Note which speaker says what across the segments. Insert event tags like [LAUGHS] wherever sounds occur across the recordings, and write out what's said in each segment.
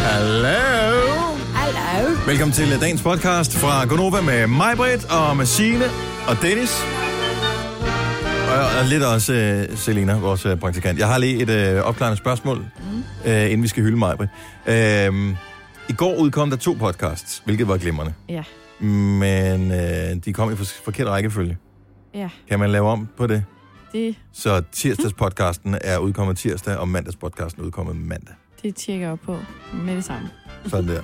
Speaker 1: Hallo.
Speaker 2: Hello.
Speaker 1: Velkommen til øh, dagens podcast fra Gonova med mig, Britt, og med Signe og Dennis. Og, og lidt også øh, Selena, vores øh, praktikant. Jeg har lige et øh, opklarende spørgsmål, mm. øh, inden vi skal hylde mig, Britt. Øh, I går udkom der to podcasts, hvilket var glimrende.
Speaker 3: Ja.
Speaker 1: Men øh, de kom i for- forkert rækkefølge.
Speaker 3: Ja,
Speaker 1: Kan man lave om på det?
Speaker 3: det,
Speaker 1: Så tirsdagspodcasten er udkommet tirsdag, og mandagspodcasten er udkommet mandag.
Speaker 3: det tjekker jeg op på med det samme.
Speaker 1: Sådan der.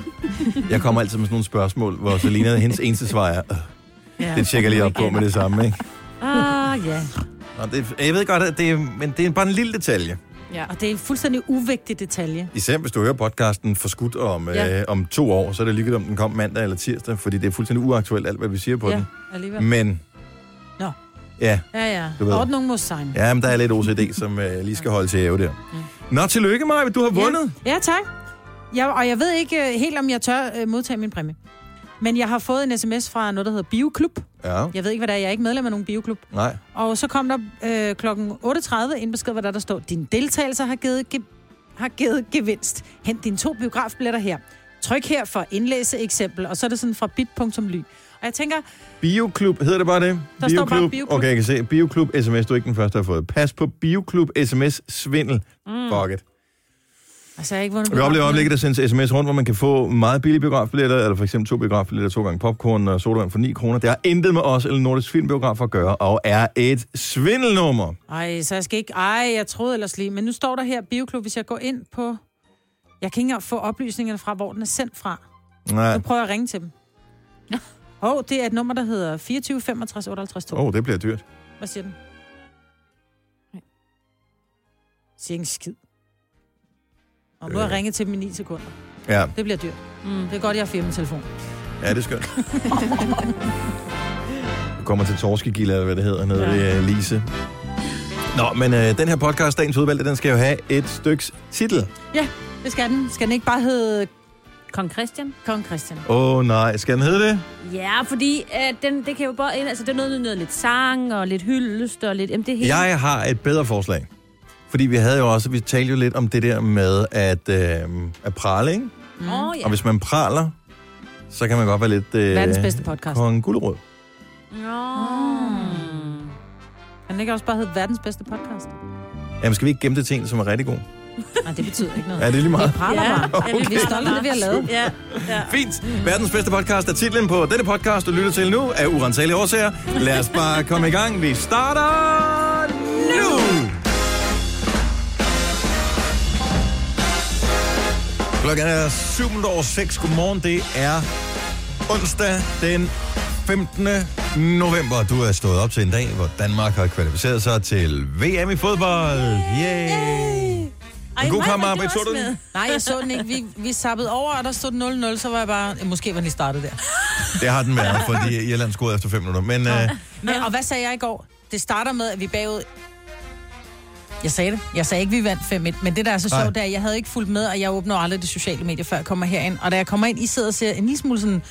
Speaker 1: Jeg kommer altid med sådan nogle spørgsmål, hvor Selina, hendes eneste svar er, "Øh,
Speaker 3: Ja.
Speaker 1: det tjekker jeg lige op på med det samme, ikke?
Speaker 4: Ah, ja.
Speaker 1: Og det, jeg ved godt, at det, er- men det er bare en lille detalje.
Speaker 3: Ja.
Speaker 4: Og det er en fuldstændig uvægtig detalje.
Speaker 1: Især hvis du hører podcasten forskudt om, ja.
Speaker 4: Ja.
Speaker 1: øh, om to år, så er det ligegyldigt, om den kom mandag eller tirsdag, fordi det er fuldstændig uaktuelt, alt hvad vi siger på ja.
Speaker 4: ja,
Speaker 1: den.
Speaker 4: alligevel.
Speaker 1: Men,
Speaker 4: Nå.
Speaker 1: ja,
Speaker 4: Ja, ja.
Speaker 1: Mm. Du ved.
Speaker 4: Og nogen må sejne.
Speaker 1: ja men der er lidt OCD, som øh, lige skal holde til æve der. Nå, tillykke, Maja, du har vundet.
Speaker 4: Ja, tak. Jeg, og jeg ved ikke øh, helt, om jeg tør øh, modtage min præmie. Men jeg har fået en sms fra noget, der hedder Bioklub.
Speaker 1: Ja,
Speaker 4: Jeg ved ikke, hvad det er. Jeg er ikke medlem af nogen bioklub.
Speaker 1: nej.
Speaker 4: Og så kom der øh, kl. 8.30 en besked, hvad der, der står. Din deltagelser har givet, ge- har givet gevinst. Hent dine to biografbilletter her. Tryk her for indlæse eksempel. Og så er det sådan fra bit.ly. Og jeg tænker,
Speaker 1: Bioklub, hedder det bare det?
Speaker 4: Der står bare Bioklub.
Speaker 1: Okay, jeg kan se. Bioklub sms, du er ikke den første, der har fået. Pas på Bioklub sms svindel. Mm. Fuck it.
Speaker 4: altså jeg har ikke
Speaker 1: Vi oplever
Speaker 4: vundet
Speaker 1: i
Speaker 4: biografbilletter.
Speaker 1: øjeblikket, der sendes sms rundt, hvor man kan få meget billige biografbilletter, eller for eksempel to biografbilletter, to gange popcorn og sodavand for 9 kroner. Det har intet med os eller Nordisk Filmbiograf at gøre, og er et svindelnummer.
Speaker 4: Ej, så jeg skal ikke... Ej, jeg troede ellers lige. Men nu står der her Bioklub, hvis jeg går ind på... Jeg kan ikke engang få oplysningerne fra, hvor den er sendt fra.
Speaker 1: Nej.
Speaker 4: Nu prøver jeg at ringe til dem. Åh, oh, det er et nummer, der hedder 24 65 58 2.
Speaker 1: Åh, oh, det bliver dyrt.
Speaker 4: Hvad siger den? Nej. Siger ikke en skid. Og nu har jeg
Speaker 1: Øh.
Speaker 4: ringet til dem i 9 sekunder.
Speaker 1: Ja,
Speaker 4: Det bliver dyrt. Mm. Det er godt, jeg har firmatelefon.
Speaker 1: ja det er skønt.
Speaker 4: [LAUGHS]
Speaker 1: Du kommer til Torskegilde, eller hvad det hedder, nede ja. ved øh, Lise. Nå, men øh, den her podcast, Dagens Udvalgte, den skal jo have et styks titel.
Speaker 4: Ja, det skal den. Skal den ikke bare hedde
Speaker 2: Kong Christian?
Speaker 4: Kong Christian?
Speaker 1: Åh oh, nej, skal den hedde det?
Speaker 2: Ja, fordi øh, den, det kan jo bare... Altså, det er noget, noget lidt sang og lidt hyldest og lidt... Jamen, det er helt...
Speaker 1: Jeg har et bedre forslag. Fordi vi havde jo også, vi talte jo lidt om det der med at, øh, at prale, ikke?
Speaker 2: Mm. Oh, ja.
Speaker 1: Og hvis man praler, så kan man godt være lidt... Øh,
Speaker 4: Verdens bedste podcast.
Speaker 1: Kong Gulerod.
Speaker 2: Mm.
Speaker 4: Kan den ikke også bare hedde verdens bedste podcast?
Speaker 1: Jamen, skal vi ikke gemme det til en, som er rigtig god?
Speaker 4: Nej, det betyder ikke noget.
Speaker 1: Er det lige meget?
Speaker 4: praler ja. bare.
Speaker 1: Okay.
Speaker 4: Vi er stolte af det, vi har lavet.
Speaker 2: Ja.
Speaker 1: Fint. Verdens bedste podcast er titlen på denne podcast, du lytter til nu, af urensagelige årsager. Lad os bare komme i gang. Vi starter nu! Klokken er 7 over 6. Godmorgen. Det er onsdag den 15. november. Du er stået op til en dag, hvor Danmark har kvalificeret sig til VM i fodbold. Yay! Yay.
Speaker 2: Ej,
Speaker 1: En god
Speaker 2: Maja,
Speaker 1: kamp,
Speaker 2: var
Speaker 1: Arbej.
Speaker 2: også
Speaker 1: Så du den?
Speaker 2: med?
Speaker 4: Nej, jeg så den ikke. Vi, vi sappede over, og der stod 0-0, så var jeg bare... eh, Måske var den lige startet der.
Speaker 1: Det har den været, fordi
Speaker 2: [LAUGHS]
Speaker 1: Irland scorede efter 5 minutter. Men øh,
Speaker 4: Men, og hvad sagde jeg i går? Det starter med, at vi er bagud... Jeg sagde det. Jeg sagde ikke, vi vandt 5-1. Men det, der er så
Speaker 1: Nej.
Speaker 4: sjovt, det er, at jeg havde ikke fulgt med, og jeg åbner aldrig det sociale medie, før jeg kommer herind. Og da jeg kommer ind, I sidder og ser en lille smule sådan,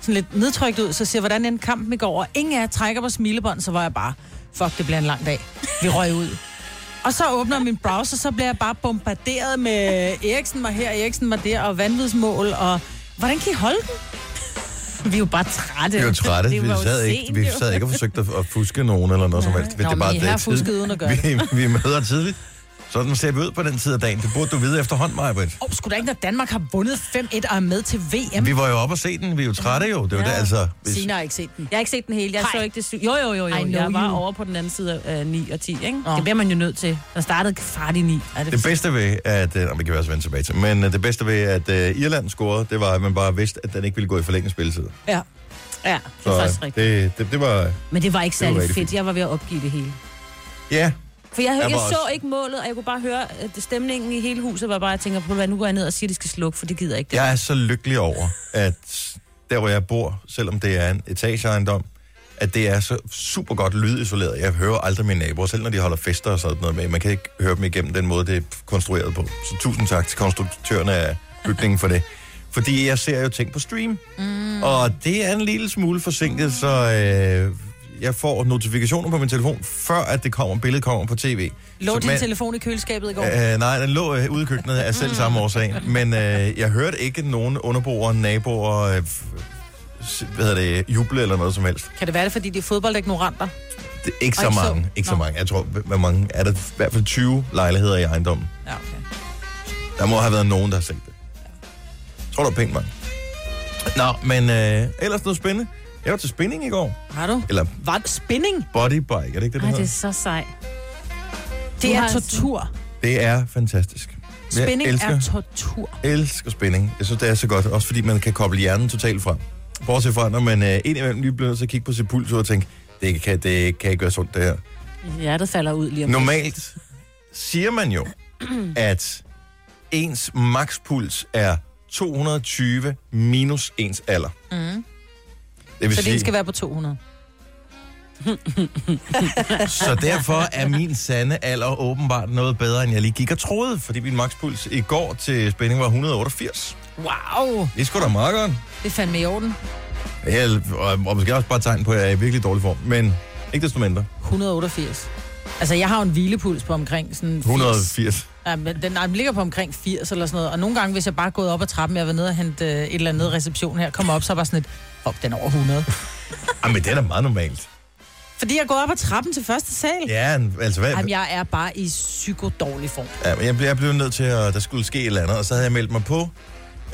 Speaker 4: sådan lidt nedtrykt ud, så siger, jeg, hvordan endte kampen i går? Og ingen af jer trækker på smilebånd, så var jeg bare, fuck, det bliver en lang dag. Vi røg ud. [LAUGHS] Og så åbner jeg min browser, så bliver jeg bare bombarderet med Eriksen var her, Eriksen var der, og vanvidsmål, og hvordan kan I holde den? [LAUGHS] Vi er jo bare trætte.
Speaker 1: Vi var
Speaker 4: [LAUGHS]
Speaker 1: trætte.
Speaker 2: Det
Speaker 1: Vi
Speaker 2: var jo
Speaker 1: sad ikke,
Speaker 2: sent,
Speaker 1: vi
Speaker 2: jo.
Speaker 1: sad ikke og forsøgte at, at fuske nogen eller noget som helst.
Speaker 4: Nå, men I
Speaker 1: det
Speaker 4: har
Speaker 1: er tid.
Speaker 4: fusket uden at gøre
Speaker 1: vi, vi møder tidligt. Sådan ser vi ud på den tid af dagen. Det burde du vide efterhånden, Maja Britt.
Speaker 4: Åh, oh, skulle da ikke, når Danmark har vundet 5-1 og er med til VM?
Speaker 1: Vi var jo oppe og se den. Vi er jo trætte jo. Det var ja. det, altså. Hvis...
Speaker 4: Sina har ikke set den.
Speaker 2: Jeg har ikke set den hele. Jeg
Speaker 4: Nej.
Speaker 2: så ikke det syv. Jo, jo, jo, jo.
Speaker 4: I know
Speaker 2: Jeg var
Speaker 4: you.
Speaker 2: over på den anden side af øh, 9 og 10, ikke?
Speaker 4: Nå.
Speaker 2: Det bliver man jo nødt til. Der startede kvart i 9. Er
Speaker 1: Det bedste ved, at... Øh, nå, vi kan vi også vende tilbage til. Men øh, det bedste ved, at øh, Irland scorede, det var, at man bare vidste, at den ikke ville gå i forlænget spilletid.
Speaker 4: Ja.
Speaker 2: Ja, det
Speaker 1: øh,
Speaker 2: er faktisk rigtigt.
Speaker 1: det, det, det var...
Speaker 2: Men det var ikke
Speaker 1: var
Speaker 2: særlig
Speaker 1: rigtig
Speaker 2: fedt.
Speaker 1: fint.
Speaker 2: Jeg var ved at opgive det hele.
Speaker 1: Ja,
Speaker 2: For jeg, jeg,
Speaker 1: Jeg
Speaker 2: jeg
Speaker 1: var
Speaker 2: så
Speaker 1: også-
Speaker 2: ikke målet, og jeg kunne bare høre, at det- stemningen i hele huset var bare, at jeg tænker, på hvad, nu går jeg ned og siger, at de skal slukke, for det gider jeg ikke.
Speaker 1: jeg er så lykkelig over, at der, hvor jeg bor, selvom det er en etageejendom, at det er så super godt lydisoleret. Jeg hører aldrig mine naboer, selv når de holder fester og sådan noget med. Man kan ikke høre dem igennem den måde, det er konstrueret på. Så tusind tak til konstruktørerne af bygningen for det. Fordi jeg ser jo ting på stream, mm. og det er en lille smule forsinket, så øh, jeg får notifikationer på min telefon, før at det kommer, billedet kommer på tv.
Speaker 4: Lå
Speaker 1: Så
Speaker 4: din
Speaker 1: man-
Speaker 4: telefon i køleskabet i går?
Speaker 1: Øh, nej, den lå øh, ude i køkkenet af selv samme
Speaker 4: Ah.
Speaker 1: årsag. Men øh, jeg hørte ikke nogen underboer, naboer, øh, f- s- hvad hedder det, juble eller noget som helst.
Speaker 4: Kan det være det, fordi de er fodboldignoranter?
Speaker 1: Det, ikke så
Speaker 4: Og ikke så-
Speaker 1: mange. Ikke så
Speaker 4: Nå.
Speaker 1: mange. Jeg tror, h- hvor mange er der? I hvert fald 20 lejligheder i ejendommen.
Speaker 4: Ja, okay.
Speaker 1: Der må have været nogen, der har set det. Jeg tror, der er penge mange. Nå, men øh, ellers noget spændende. Jeg var til spinning i går.
Speaker 4: Har du?
Speaker 1: Eller
Speaker 4: Var det spinning?
Speaker 1: bodybike, er det ikke det, det
Speaker 2: Ej,
Speaker 1: hedder?
Speaker 2: det er så sej.
Speaker 4: Det
Speaker 2: Du
Speaker 4: er
Speaker 2: har
Speaker 4: tortur.
Speaker 1: Det er fantastisk. Jeg
Speaker 4: Spinning
Speaker 1: elsker,
Speaker 4: er tortur.
Speaker 1: elsker spænding. Jeg synes, det er så godt. Også fordi man kan koble hjernen totalt fra. Bortset fra, når man øh, indimellem lige bliver nødt til at kigge på sit puls og tænke, det kan, det kan ikke gøre sundt, det her.
Speaker 2: Hjertet falder ud lige om
Speaker 1: Normalt siger man jo, at ens makspuls er 220 minus ens alder. Mm. Det vil
Speaker 4: Så
Speaker 1: sige,
Speaker 4: det skal være på 200.
Speaker 1: så derfor er min sande alder åbenbart noget bedre, end jeg lige gik og troede, fordi min makspuls i går til spænding var 188.
Speaker 4: Wow!
Speaker 1: Det er sgu da meget godt.
Speaker 4: Det er fandme i orden.
Speaker 1: Ja, og, og måske også bare et tegn på, at jeg er i virkelig dårlig form, men ikke desto mindre.
Speaker 4: 188. Altså, jeg har jo en hvilepuls på omkring sådan 80.
Speaker 1: 180.
Speaker 4: Ja, men den, nej, den ligger på omkring 80 eller sådan noget. Og nogle gange, hvis jeg bare er gået op ad trappen, jeg var nede og hente øh, et eller andet reception her, kommer op, så er jeg bare sådan et, fuck, den er over
Speaker 1: [LAUGHS]
Speaker 4: 100.
Speaker 1: Jamen, det er da meget normalt.
Speaker 4: Fordi jeg er gået op ad trappen til første sal. Ja.
Speaker 1: Ja, altså hvad?
Speaker 4: Jamen, jeg er bare i psykodårlig form.
Speaker 1: Ja, men jeg, blev, jeg blev nødt til, at der skulle ske et eller andet, og så havde jeg meldt mig på.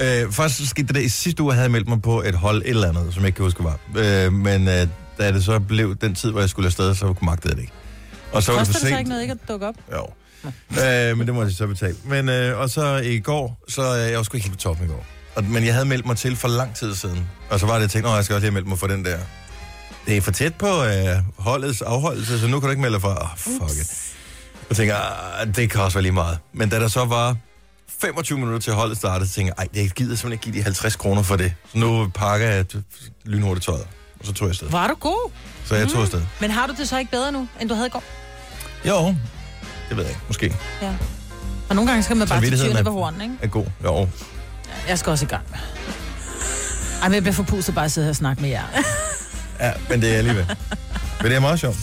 Speaker 1: Øh, faktisk så skete det der i sidste uge, havde jeg meldt mig på et hold et eller andet, som jeg ikke kan huske, hvad var. Øh, men øh, da det så blev den tid, hvor jeg skulle afsted, så magtede jeg det ikke. Og så var det
Speaker 4: Koster
Speaker 1: for
Speaker 4: det så
Speaker 1: sent.
Speaker 4: ikke noget ikke at dukke op?
Speaker 1: Jo. øh, men det må jeg så betale. Men, øh, og så i går, så øh, jeg var sgu ikke helt på toppen i går. Og, men jeg havde meldt mig til for lang tid siden. Og så var det, jeg tænkte, "Nå, jeg skal også lige have meldt mig for den der. Det er for tæt på øh, holdets afholdelse, så nu kan du ikke melde dig for. Oh, fuck it. Jeg tænker, "Ah, det kan også være lige meget. Men da der så var 25 minutter til holdet startede, så tænkte jeg, ej, jeg gider simpelthen ikke give de 50 kroner for det. Så nu pakker jeg øh, lynhurtigt tøjet, og så tog jeg afsted.
Speaker 4: Var du god?
Speaker 1: Så jeg tog afsted.
Speaker 4: Men har du det så ikke bedre nu, end du havde i går?
Speaker 1: Jo, det ved jeg ikke. Måske
Speaker 4: Ja. Og nogle gange skal man bare til
Speaker 1: Samvittigheden
Speaker 4: tyrene
Speaker 1: er-
Speaker 4: på hornen, ikke?
Speaker 1: er god. Jo,
Speaker 4: Jeg skal også i gang. Ej, men jeg bliver forpustet bare at sidde her og snakke [LAUGHS] med jer.
Speaker 1: Ja, men det er alligevel. men det er meget sjovt.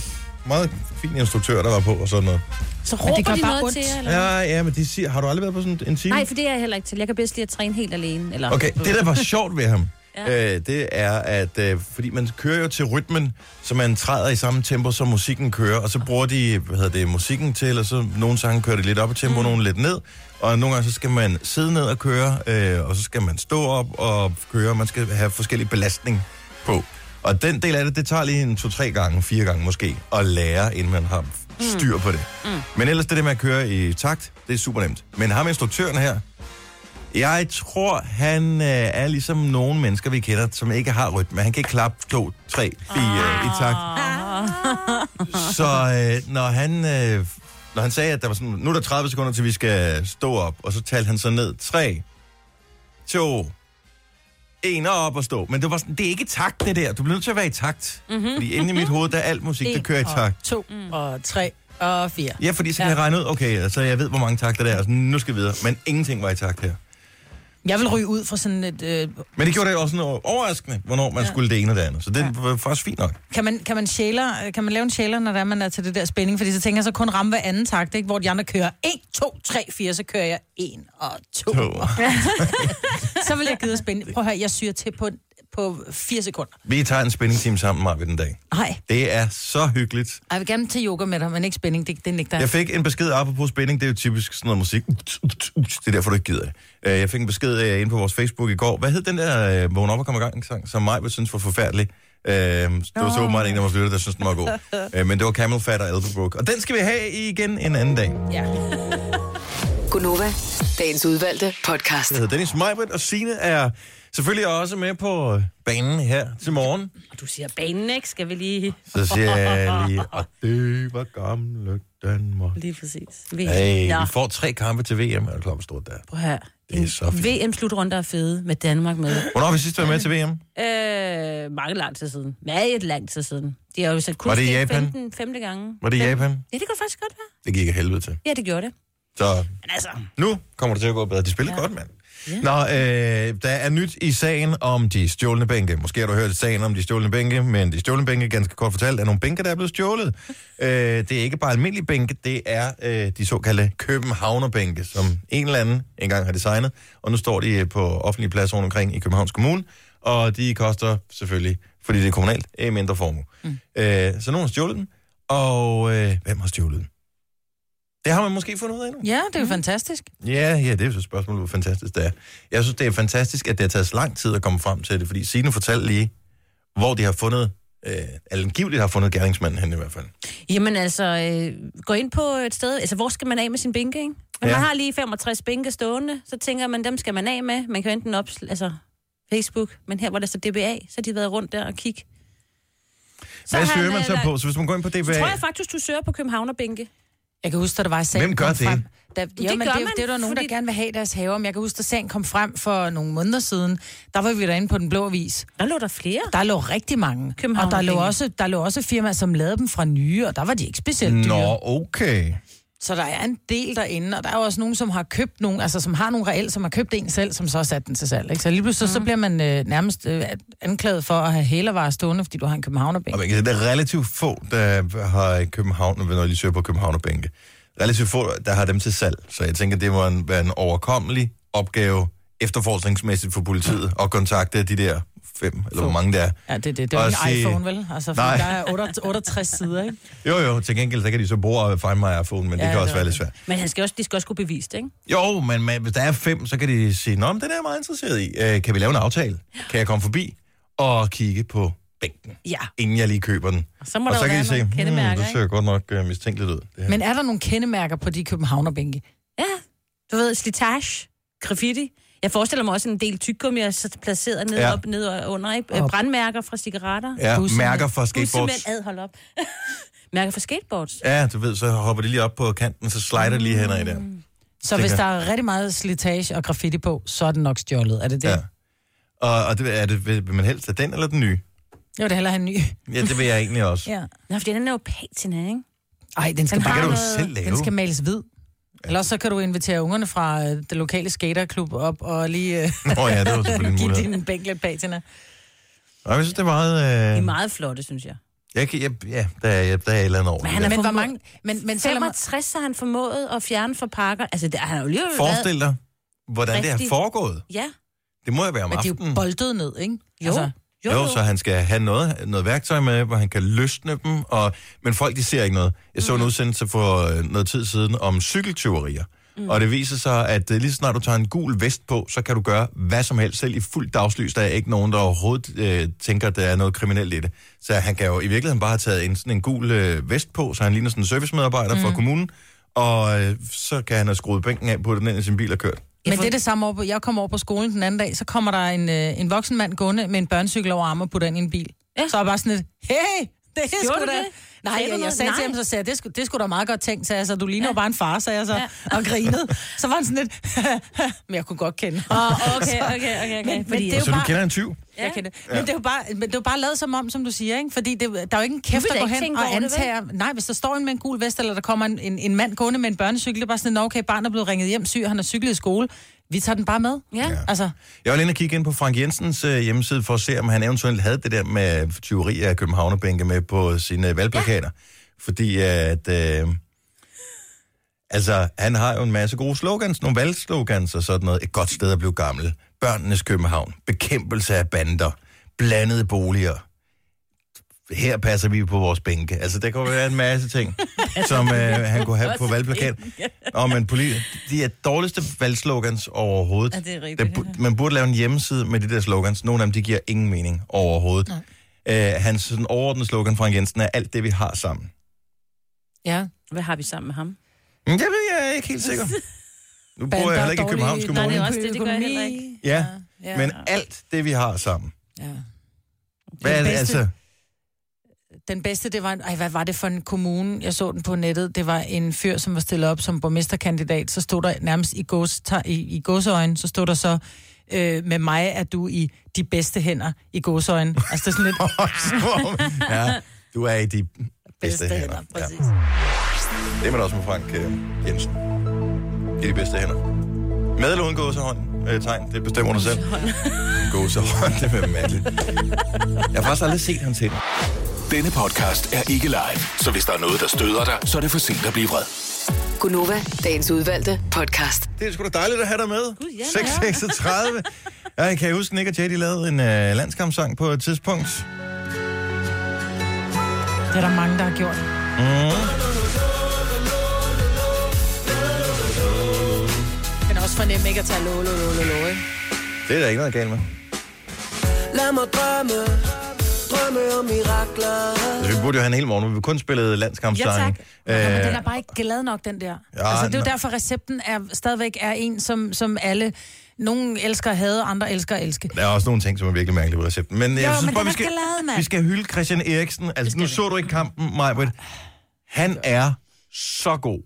Speaker 1: Meget fin instruktør, der var på og sådan noget.
Speaker 4: Så
Speaker 2: Men det
Speaker 4: råber
Speaker 2: gør
Speaker 4: de
Speaker 2: bare
Speaker 4: noget
Speaker 2: ondt.
Speaker 4: til jer.
Speaker 2: eller?
Speaker 1: Ja, ja, men de siger, har du aldrig været på sådan en time?
Speaker 2: Nej, for det er jeg heller ikke til. Jeg kan bedst lide at træne helt alene. Eller...
Speaker 1: Okay, det der var sjovt ved ham, [LAUGHS] ja. øh, det er, at øh, fordi man kører jo til rytmen, så man træder i samme tempo, som musikken kører, og så bruger de, hvad hedder det, musikken til, og så nogle sange kører det lidt op i tempo, mm. nogle lidt ned, og nogle gange så skal man sidde ned og køre, øh, og så skal man stå op og køre, og man skal have forskellig belastning på. Og den del af det, det tager lige en to-tre gange, fire gange måske, at lære, inden man har styr på det. Mm. Men ellers det der med at køre i takt, det er super nemt. Men ham instruktøren her, jeg tror, han øh, er ligesom nogle mennesker, vi kender, som ikke har rytme. Han kan ikke klappe to, tre, fire i takt. Ah. Så øh, når, han, øh, når han sagde, at der var sådan, nu er der 30 sekunder, til vi skal stå op, og så talte han så ned. 3, 2, 1 og op og stå. Men det var sådan, det er ikke takt, det der. Du bliver nødt til at være i takt. Mm-hmm. Fordi inde i mit hoved, der er alt musik, der kører i takt.
Speaker 4: Og to, mm. og tre, og fire.
Speaker 1: Ja, fordi så kan ja. jeg regne ud, okay, så jeg ved, hvor mange takter der er, og så nu skal jeg videre. Men ingenting var i takt her.
Speaker 4: Jeg vil ryge ud fra sådan et... Øh,
Speaker 1: Men det gjorde det også sådan noget overraskende, hvornår man ja. skulle det ene og det andet. Så det ja. var faktisk fint nok.
Speaker 4: kan, man, kan, man sjæler, øh, kan man lave en sjæler, når det er, man er til det der spænding? Fordi så tænker jeg så kun ramme hver anden takt, ikke? hvor de andre kører 1, 2, 3, 4, så kører jeg 1 og 2.
Speaker 1: Så.
Speaker 4: [LAUGHS] Så vil jeg gide at spænde. Prøv at høre, jeg syrer til på, på 4 sekunder.
Speaker 1: Vi tager en spændingsteam sammen, Marvind, den dag.
Speaker 4: Nej,
Speaker 1: Det er så hyggeligt.
Speaker 4: jeg vil gerne til yoga med dig, men ikke spænding, det, det nægter
Speaker 1: Jeg
Speaker 4: jeg.
Speaker 1: fik en besked apropos spænding, det er jo typisk sådan noget musik. Det er derfor, du ikke gider det. Øh, Jeg fik en besked øh, inde på vores Facebook i går. Hvad hed den der øh, Vågn op og kom i gang sang, som mig synes var forfærdelig? Øh, Det var så åbenbart en, der var flyttet, der synes, den var god. [LAUGHS] Øh, Men det var Camel Fat og Elderbrook. Og den skal vi have igen en anden dag.
Speaker 5: Gunova, dagens udvalgte podcast.
Speaker 1: Jeg hedder Dennis Meibert, og Signe er selvfølgelig også med på øh, banen her til morgen.
Speaker 2: Og du siger banen, ikke? Skal vi lige...
Speaker 1: Så siger jeg lige, og det var gamle Danmark.
Speaker 2: Lige præcis. VM.
Speaker 1: Hey,
Speaker 2: Nå,
Speaker 1: vi får tre kampe til VM, er du klar, hvor stort det er?
Speaker 2: prøv her.
Speaker 1: Det er så fint.
Speaker 2: VM-slutrunde er fede med Danmark med.
Speaker 1: Hvornår har vi sidst været med til VM?
Speaker 2: Øh, mange lang tid siden. Meget lang tid siden. De har jo sat kurs
Speaker 1: Var det i
Speaker 2: til
Speaker 1: Japan?
Speaker 2: 15, femte gange.
Speaker 1: Var det i Japan?
Speaker 2: Ja, det kan faktisk godt være.
Speaker 1: Det gik af helvede til.
Speaker 2: Ja, det gjorde det.
Speaker 1: Så
Speaker 2: Men altså,
Speaker 1: nu kommer det til at gå bedre. De spiller ja. godt, mand. Nå, øh, der er nyt i sagen om de stjålne bænke. Måske har du hørt sagen om de stjålne bænke, men de stjålne bænke, ganske kort fortalt, er nogle bænke, der er blevet [LAUGHS] stjålet. øh, det er ikke bare almindelige bænke, det er øh, de såkaldte københavnerbænke, som en eller anden engang har designet. Og nu står de øh, på offentlige pladser rundt omkring i Københavns Kommune, og de koster selvfølgelig, fordi det er kommunalt, en mindre formue. Mm. Øh, så nogen har stjålet den, og øh, hvem har stjålet den? Det har man måske fundet ud af endnu.
Speaker 4: Ja, det er jo fantastisk.
Speaker 1: Ja, ja, det er jo så et spørgsmål, hvor fantastisk det er. Jeg synes, det er fantastisk, at det har taget så lang tid at komme frem til det, fordi Signe fortalte lige, hvor de har fundet, øh, angiveligt har fundet gerningsmanden hen i hvert fald.
Speaker 2: Jamen altså, øh, gå ind på et sted, altså hvor skal man af med sin bænke, ikke? Men
Speaker 1: Ja.
Speaker 2: ja. man har lige 65 bænke stående, så tænker man, dem skal man af med. Man kan jo enten op, altså Facebook, men her var der så DBA, så har de været rundt der og kigge. Så
Speaker 1: Hvad
Speaker 2: har
Speaker 1: søger
Speaker 2: han,
Speaker 1: man så
Speaker 2: øh,
Speaker 1: på? Så hvis man går ind på DBA...
Speaker 2: Jeg tror jeg faktisk, du søger på københavnerbænke.
Speaker 4: Jeg kan huske, da der var sagen
Speaker 1: Hvem gør
Speaker 4: kom
Speaker 1: det?
Speaker 4: Frem, da, jo, det, men
Speaker 2: gør
Speaker 4: det, er jo-
Speaker 2: man,
Speaker 4: det er der nogen,
Speaker 2: fordi-
Speaker 4: der gerne vil have i deres haver. Men jeg kan huske, da sagen kom frem for nogle måneder siden, der var vi derinde på Den Blå Avis.
Speaker 2: Der lå der flere.
Speaker 4: Der lå rigtig mange.
Speaker 2: København
Speaker 4: og der lå,
Speaker 2: længe.
Speaker 4: også, der lå også firmaer, som lavede dem fra nye, og der var de ikke specielt dyre.
Speaker 1: Nå, okay.
Speaker 4: Så der er en del derinde, og der er jo også nogen, som har købt nogen, altså som har nogle reelt, som har købt en selv, som så har sat den til salg. Ikke? Så lige pludselig mm. så bliver man øh, nærmest øh, anklaget for at have hælervarer stående, fordi du har en københavnerbænk.
Speaker 1: Og man kan sige, der er relativt få, der har i København, når de søger på Københavnerbænke. Relativt få, der har dem til salg. Så jeg tænker, det må en- være en overkommelig opgave efterforskningsmæssigt for politiet at kontakte de der fem, eller hvor mange der er.
Speaker 4: Ja, det, det, det er jo
Speaker 1: Og
Speaker 4: ikke en
Speaker 1: sige-
Speaker 4: iPhone, vel? Altså, for
Speaker 1: Nej.
Speaker 4: der er 68, 68 sider, ikke?
Speaker 1: Jo, jo, til gengæld, så kan de så bruge øh, Find My iPhone, men ja, det
Speaker 4: Ja,
Speaker 1: kan
Speaker 4: det
Speaker 1: også
Speaker 4: er
Speaker 1: være lidt
Speaker 4: det.
Speaker 1: svært.
Speaker 2: Men han skal også, de skal også kunne bevise det, ikke?
Speaker 1: Jo, men man, hvis der er fem, så kan de sige, Nå, men den er jeg meget interesseret i. Øh, kan vi lave en aftale? Kan jeg komme forbi og kigge på bænken,
Speaker 2: Ja.
Speaker 1: inden jeg lige køber den?
Speaker 2: Så må
Speaker 1: og
Speaker 2: der
Speaker 1: så
Speaker 2: jo
Speaker 1: kan de
Speaker 2: være
Speaker 1: se,
Speaker 2: nogle
Speaker 1: hmm,
Speaker 2: kendemærker,
Speaker 1: det ser godt nok øh, mistænkeligt ud. Det her.
Speaker 4: Men er der nogle kendemærker på de københavnerbænke?
Speaker 2: Ja, du ved, slitage, graffiti. Jeg forestiller mig også en del tyggegummi, så placeret ned,
Speaker 1: Ja.
Speaker 2: ja. op, ned og under, ikke? Øh,
Speaker 4: Og-
Speaker 2: Brandmærker fra cigaretter.
Speaker 1: ja,
Speaker 4: busserne-
Speaker 1: mærker for
Speaker 2: Skateboards.
Speaker 1: skateboards.
Speaker 2: ad, hold op. [LAUGHS] Mærker for skateboards.
Speaker 1: Ja, du ved, så hopper de lige op på kanten, så slider de lige hen i der.
Speaker 4: Så
Speaker 1: Tænker
Speaker 4: hvis der er rigtig meget slitage og graffiti på, så er det nok stjålet. Er det det?
Speaker 1: Ja.
Speaker 4: Ja.
Speaker 1: Og, og det, er det, vil vil man helst have den eller den nye?
Speaker 4: Jeg vil da hellere have en ny.
Speaker 1: Ja, det vil jeg egentlig også.
Speaker 4: Ja.
Speaker 2: Nå, fordi den er jo patina, ikke?
Speaker 4: Ej, den skal, den,
Speaker 2: Den
Speaker 1: Det
Speaker 2: har
Speaker 1: kan du jo
Speaker 2: noget-
Speaker 1: selv lave.
Speaker 4: den skal males hvid. Eller også så kan du invitere ungerne fra øh, det lokale skaterklub op og lige øh,
Speaker 1: Nå ja, det var selvfølgelig en
Speaker 4: give
Speaker 1: mulighed.
Speaker 4: din bænk lidt patina.
Speaker 1: Nå, Jeg synes, det er meget...
Speaker 2: De
Speaker 1: Øh,
Speaker 2: er meget flotte, synes jeg.
Speaker 1: jeg, kan- jeg, ja, der er, der er et eller andet over.
Speaker 2: Men
Speaker 1: det
Speaker 2: han
Speaker 1: der.
Speaker 2: er
Speaker 4: Men hvor
Speaker 2: formået-
Speaker 4: mange... Men, men selvom,
Speaker 2: 65 har han formået at fjerne fra pakker. Altså, det, han har jo lige været...
Speaker 1: Forestil dig, hvordan det har
Speaker 2: Rigtig.
Speaker 1: foregået.
Speaker 2: Ja.
Speaker 1: Det må jo være om
Speaker 4: men de er jo
Speaker 1: aftenen.
Speaker 4: boldet ned, ikke?
Speaker 2: Jo. Altså, jo,
Speaker 1: Jo, så han skal have noget, noget værktøj med, hvor han kan løsne dem, og, men folk de ser ikke noget. Jeg så en udsendelse for øh, noget tid siden om cykeltyverier, mm. og det viser sig, at øh, lige så snart du tager en gul vest på, så kan du gøre hvad som helst, selv i fuld dagslys. Der er ikke nogen, der overhovedet øh, tænker, at der er noget kriminelt i det. Så han kan jo i virkeligheden bare have taget en, sådan en gul øh, vest på, så han ligner sådan en servicemedarbejder mm. fra kommunen, og øh, så kan han have skruet bænken af, puttet den ind i sin bil og kørt.
Speaker 4: Men det er det samme over på, jeg kom over på skolen den anden dag, så kommer der en, øh, en voksen mand gående med en børnecykel over armen og putter den i en bil. Ja.
Speaker 2: Ja.
Speaker 4: Så er jeg bare sådan lidt, hey, det er
Speaker 2: Gjorde
Speaker 4: sgu
Speaker 2: du
Speaker 4: da...
Speaker 2: det?
Speaker 4: Nej,
Speaker 2: Sagde
Speaker 4: jeg,
Speaker 2: du
Speaker 4: jeg
Speaker 2: noget?
Speaker 4: sagde Nej. til
Speaker 2: Nej.
Speaker 4: ham, så sagde jeg, det skulle, det skulle da meget godt tænkt, sagde jeg så, du ligner ja. jo bare en far, sagde jeg så, ja. og grinede. Så var han sådan lidt, [LAUGHS] men jeg kunne godt kende.
Speaker 2: Åh, okay, okay, okay, okay.
Speaker 4: Men-
Speaker 2: Men,
Speaker 4: men
Speaker 2: fordi,
Speaker 4: det er
Speaker 2: det,
Speaker 4: jo-
Speaker 1: Så du
Speaker 4: bare-
Speaker 1: kender en tyv?
Speaker 4: Ja. Jeg kender. Men det er jo bare, men det er jo bare lavet som om, som du siger, ikke? Fordi det, der er jo ikke en kæft,
Speaker 2: vil
Speaker 4: der
Speaker 2: da
Speaker 4: går
Speaker 2: ikke
Speaker 4: hen
Speaker 2: tænke
Speaker 4: og
Speaker 2: over det, vel?
Speaker 4: antager... Nej, hvis der står en med en gul vest, eller der kommer en, en, en mand gående med en børnecykel, det er bare sådan, "Nå, okay, barnet er blevet ringet hjem syg, og han har cyklet i skole. Vi tager den bare med.
Speaker 2: ja. ja.
Speaker 4: Altså,
Speaker 1: Jeg var lige inde og kigge ind på Frank Jensens øh, hjemmeside for at se, om han eventuelt havde det der med tyveri af københavnerbænke med på sine øh, valgplakater. Ja. Fordi at... Øh, altså, han har jo en masse gode slogans, nogle valgslogans og sådan noget. Et godt sted at blive gammel. Børnenes København. Bekæmpelse af bander. Blandede boliger. Her passer vi på vores bænke. Altså, der kunne være en masse ting, som øh, han kunne have på valgplakaten. Nå, men poli- de er dårligste valgslogans overhovedet.
Speaker 2: Ja, det er rigtigt.
Speaker 1: Der bu- man burde lave en hjemmeside med de der slogans. Nogle af dem, de giver ingen mening overhovedet. Øh, hans sådan, overordnede slogan, Frank Jensen, er alt det, vi har sammen.
Speaker 4: ja.
Speaker 2: Hvad har vi sammen med ham?
Speaker 1: Men det ved jeg ikke helt sikkert. Nu bor jeg heller ikke i Københavnske
Speaker 2: Nej, det
Speaker 1: Morgen.
Speaker 2: er også det, det gør jeg heller
Speaker 1: Ja,
Speaker 4: ja.
Speaker 1: men alt det, vi har sammen.
Speaker 4: Ja.
Speaker 1: Hvad er det,
Speaker 4: bedste-
Speaker 1: altså?
Speaker 4: Den bedste, det var en, ej, hvad var det for en kommune? Jeg så den på nettet. Det var en fyr, som var stillet op som borgmesterkandidat. Så stod der nærmest i, gås, ta, i, i gåseøjne, så stod der så, øh, med mig er du i de bedste hænder i gåseøjne. Altså, det er sådan lidt...
Speaker 1: [LAUGHS] ja, du er i de bedste hænder. Ja.
Speaker 4: præcis.
Speaker 1: Det er man også med Frank øh, Jensen. I de bedste hænder. Med eller uden gåsehånd? øh, tegn. Det bestemmer du selv. [LAUGHS] Gåsehånd. Det er mærkeligt. Jeg har faktisk aldrig set hans hænder.
Speaker 6: Denne podcast er ikke live, så hvis der er noget, der støder dig, så er det for sent at blive vred.
Speaker 5: Gunova, dagens udvalgte podcast.
Speaker 1: Det er sgu da dejligt at have dig med.
Speaker 2: Gud, ja,
Speaker 1: 636. Ja, kan jeg huske, Nick og Jay, de lavede en øh, landskampsang på et tidspunkt.
Speaker 4: Det er der mange, der har gjort. Mm. Kan også fornemme ikke at tage låge, låge, låge, låge. ikke?
Speaker 1: Det er der ikke noget galt med.
Speaker 7: Lad mig drømme, drømme om mirakler.
Speaker 1: Altså, vi burde jo have en hel morgen, hvor vi kun Øh, spillede
Speaker 4: Ja, tak.
Speaker 1: landskampsang.
Speaker 4: Ja, men den er bare ikke glad nok, den der.
Speaker 1: Ja,
Speaker 4: Ja, altså, det er jo
Speaker 1: nå.
Speaker 4: derfor, recepten er, stadigvæk er en, som, som alle... Nogen elsker at hade, andre elsker at elske.
Speaker 1: Der er også nogle ting, som er virkelig mærkelige ved recepten. Men jeg
Speaker 4: Jo,
Speaker 1: synes
Speaker 4: men
Speaker 1: bare,
Speaker 4: den
Speaker 1: vi
Speaker 4: er
Speaker 1: skal,
Speaker 4: glad, mand.
Speaker 1: vi skal hylde Christian Eriksen. Altså, nu så du ikke kampen, Majbrit. Han er så god.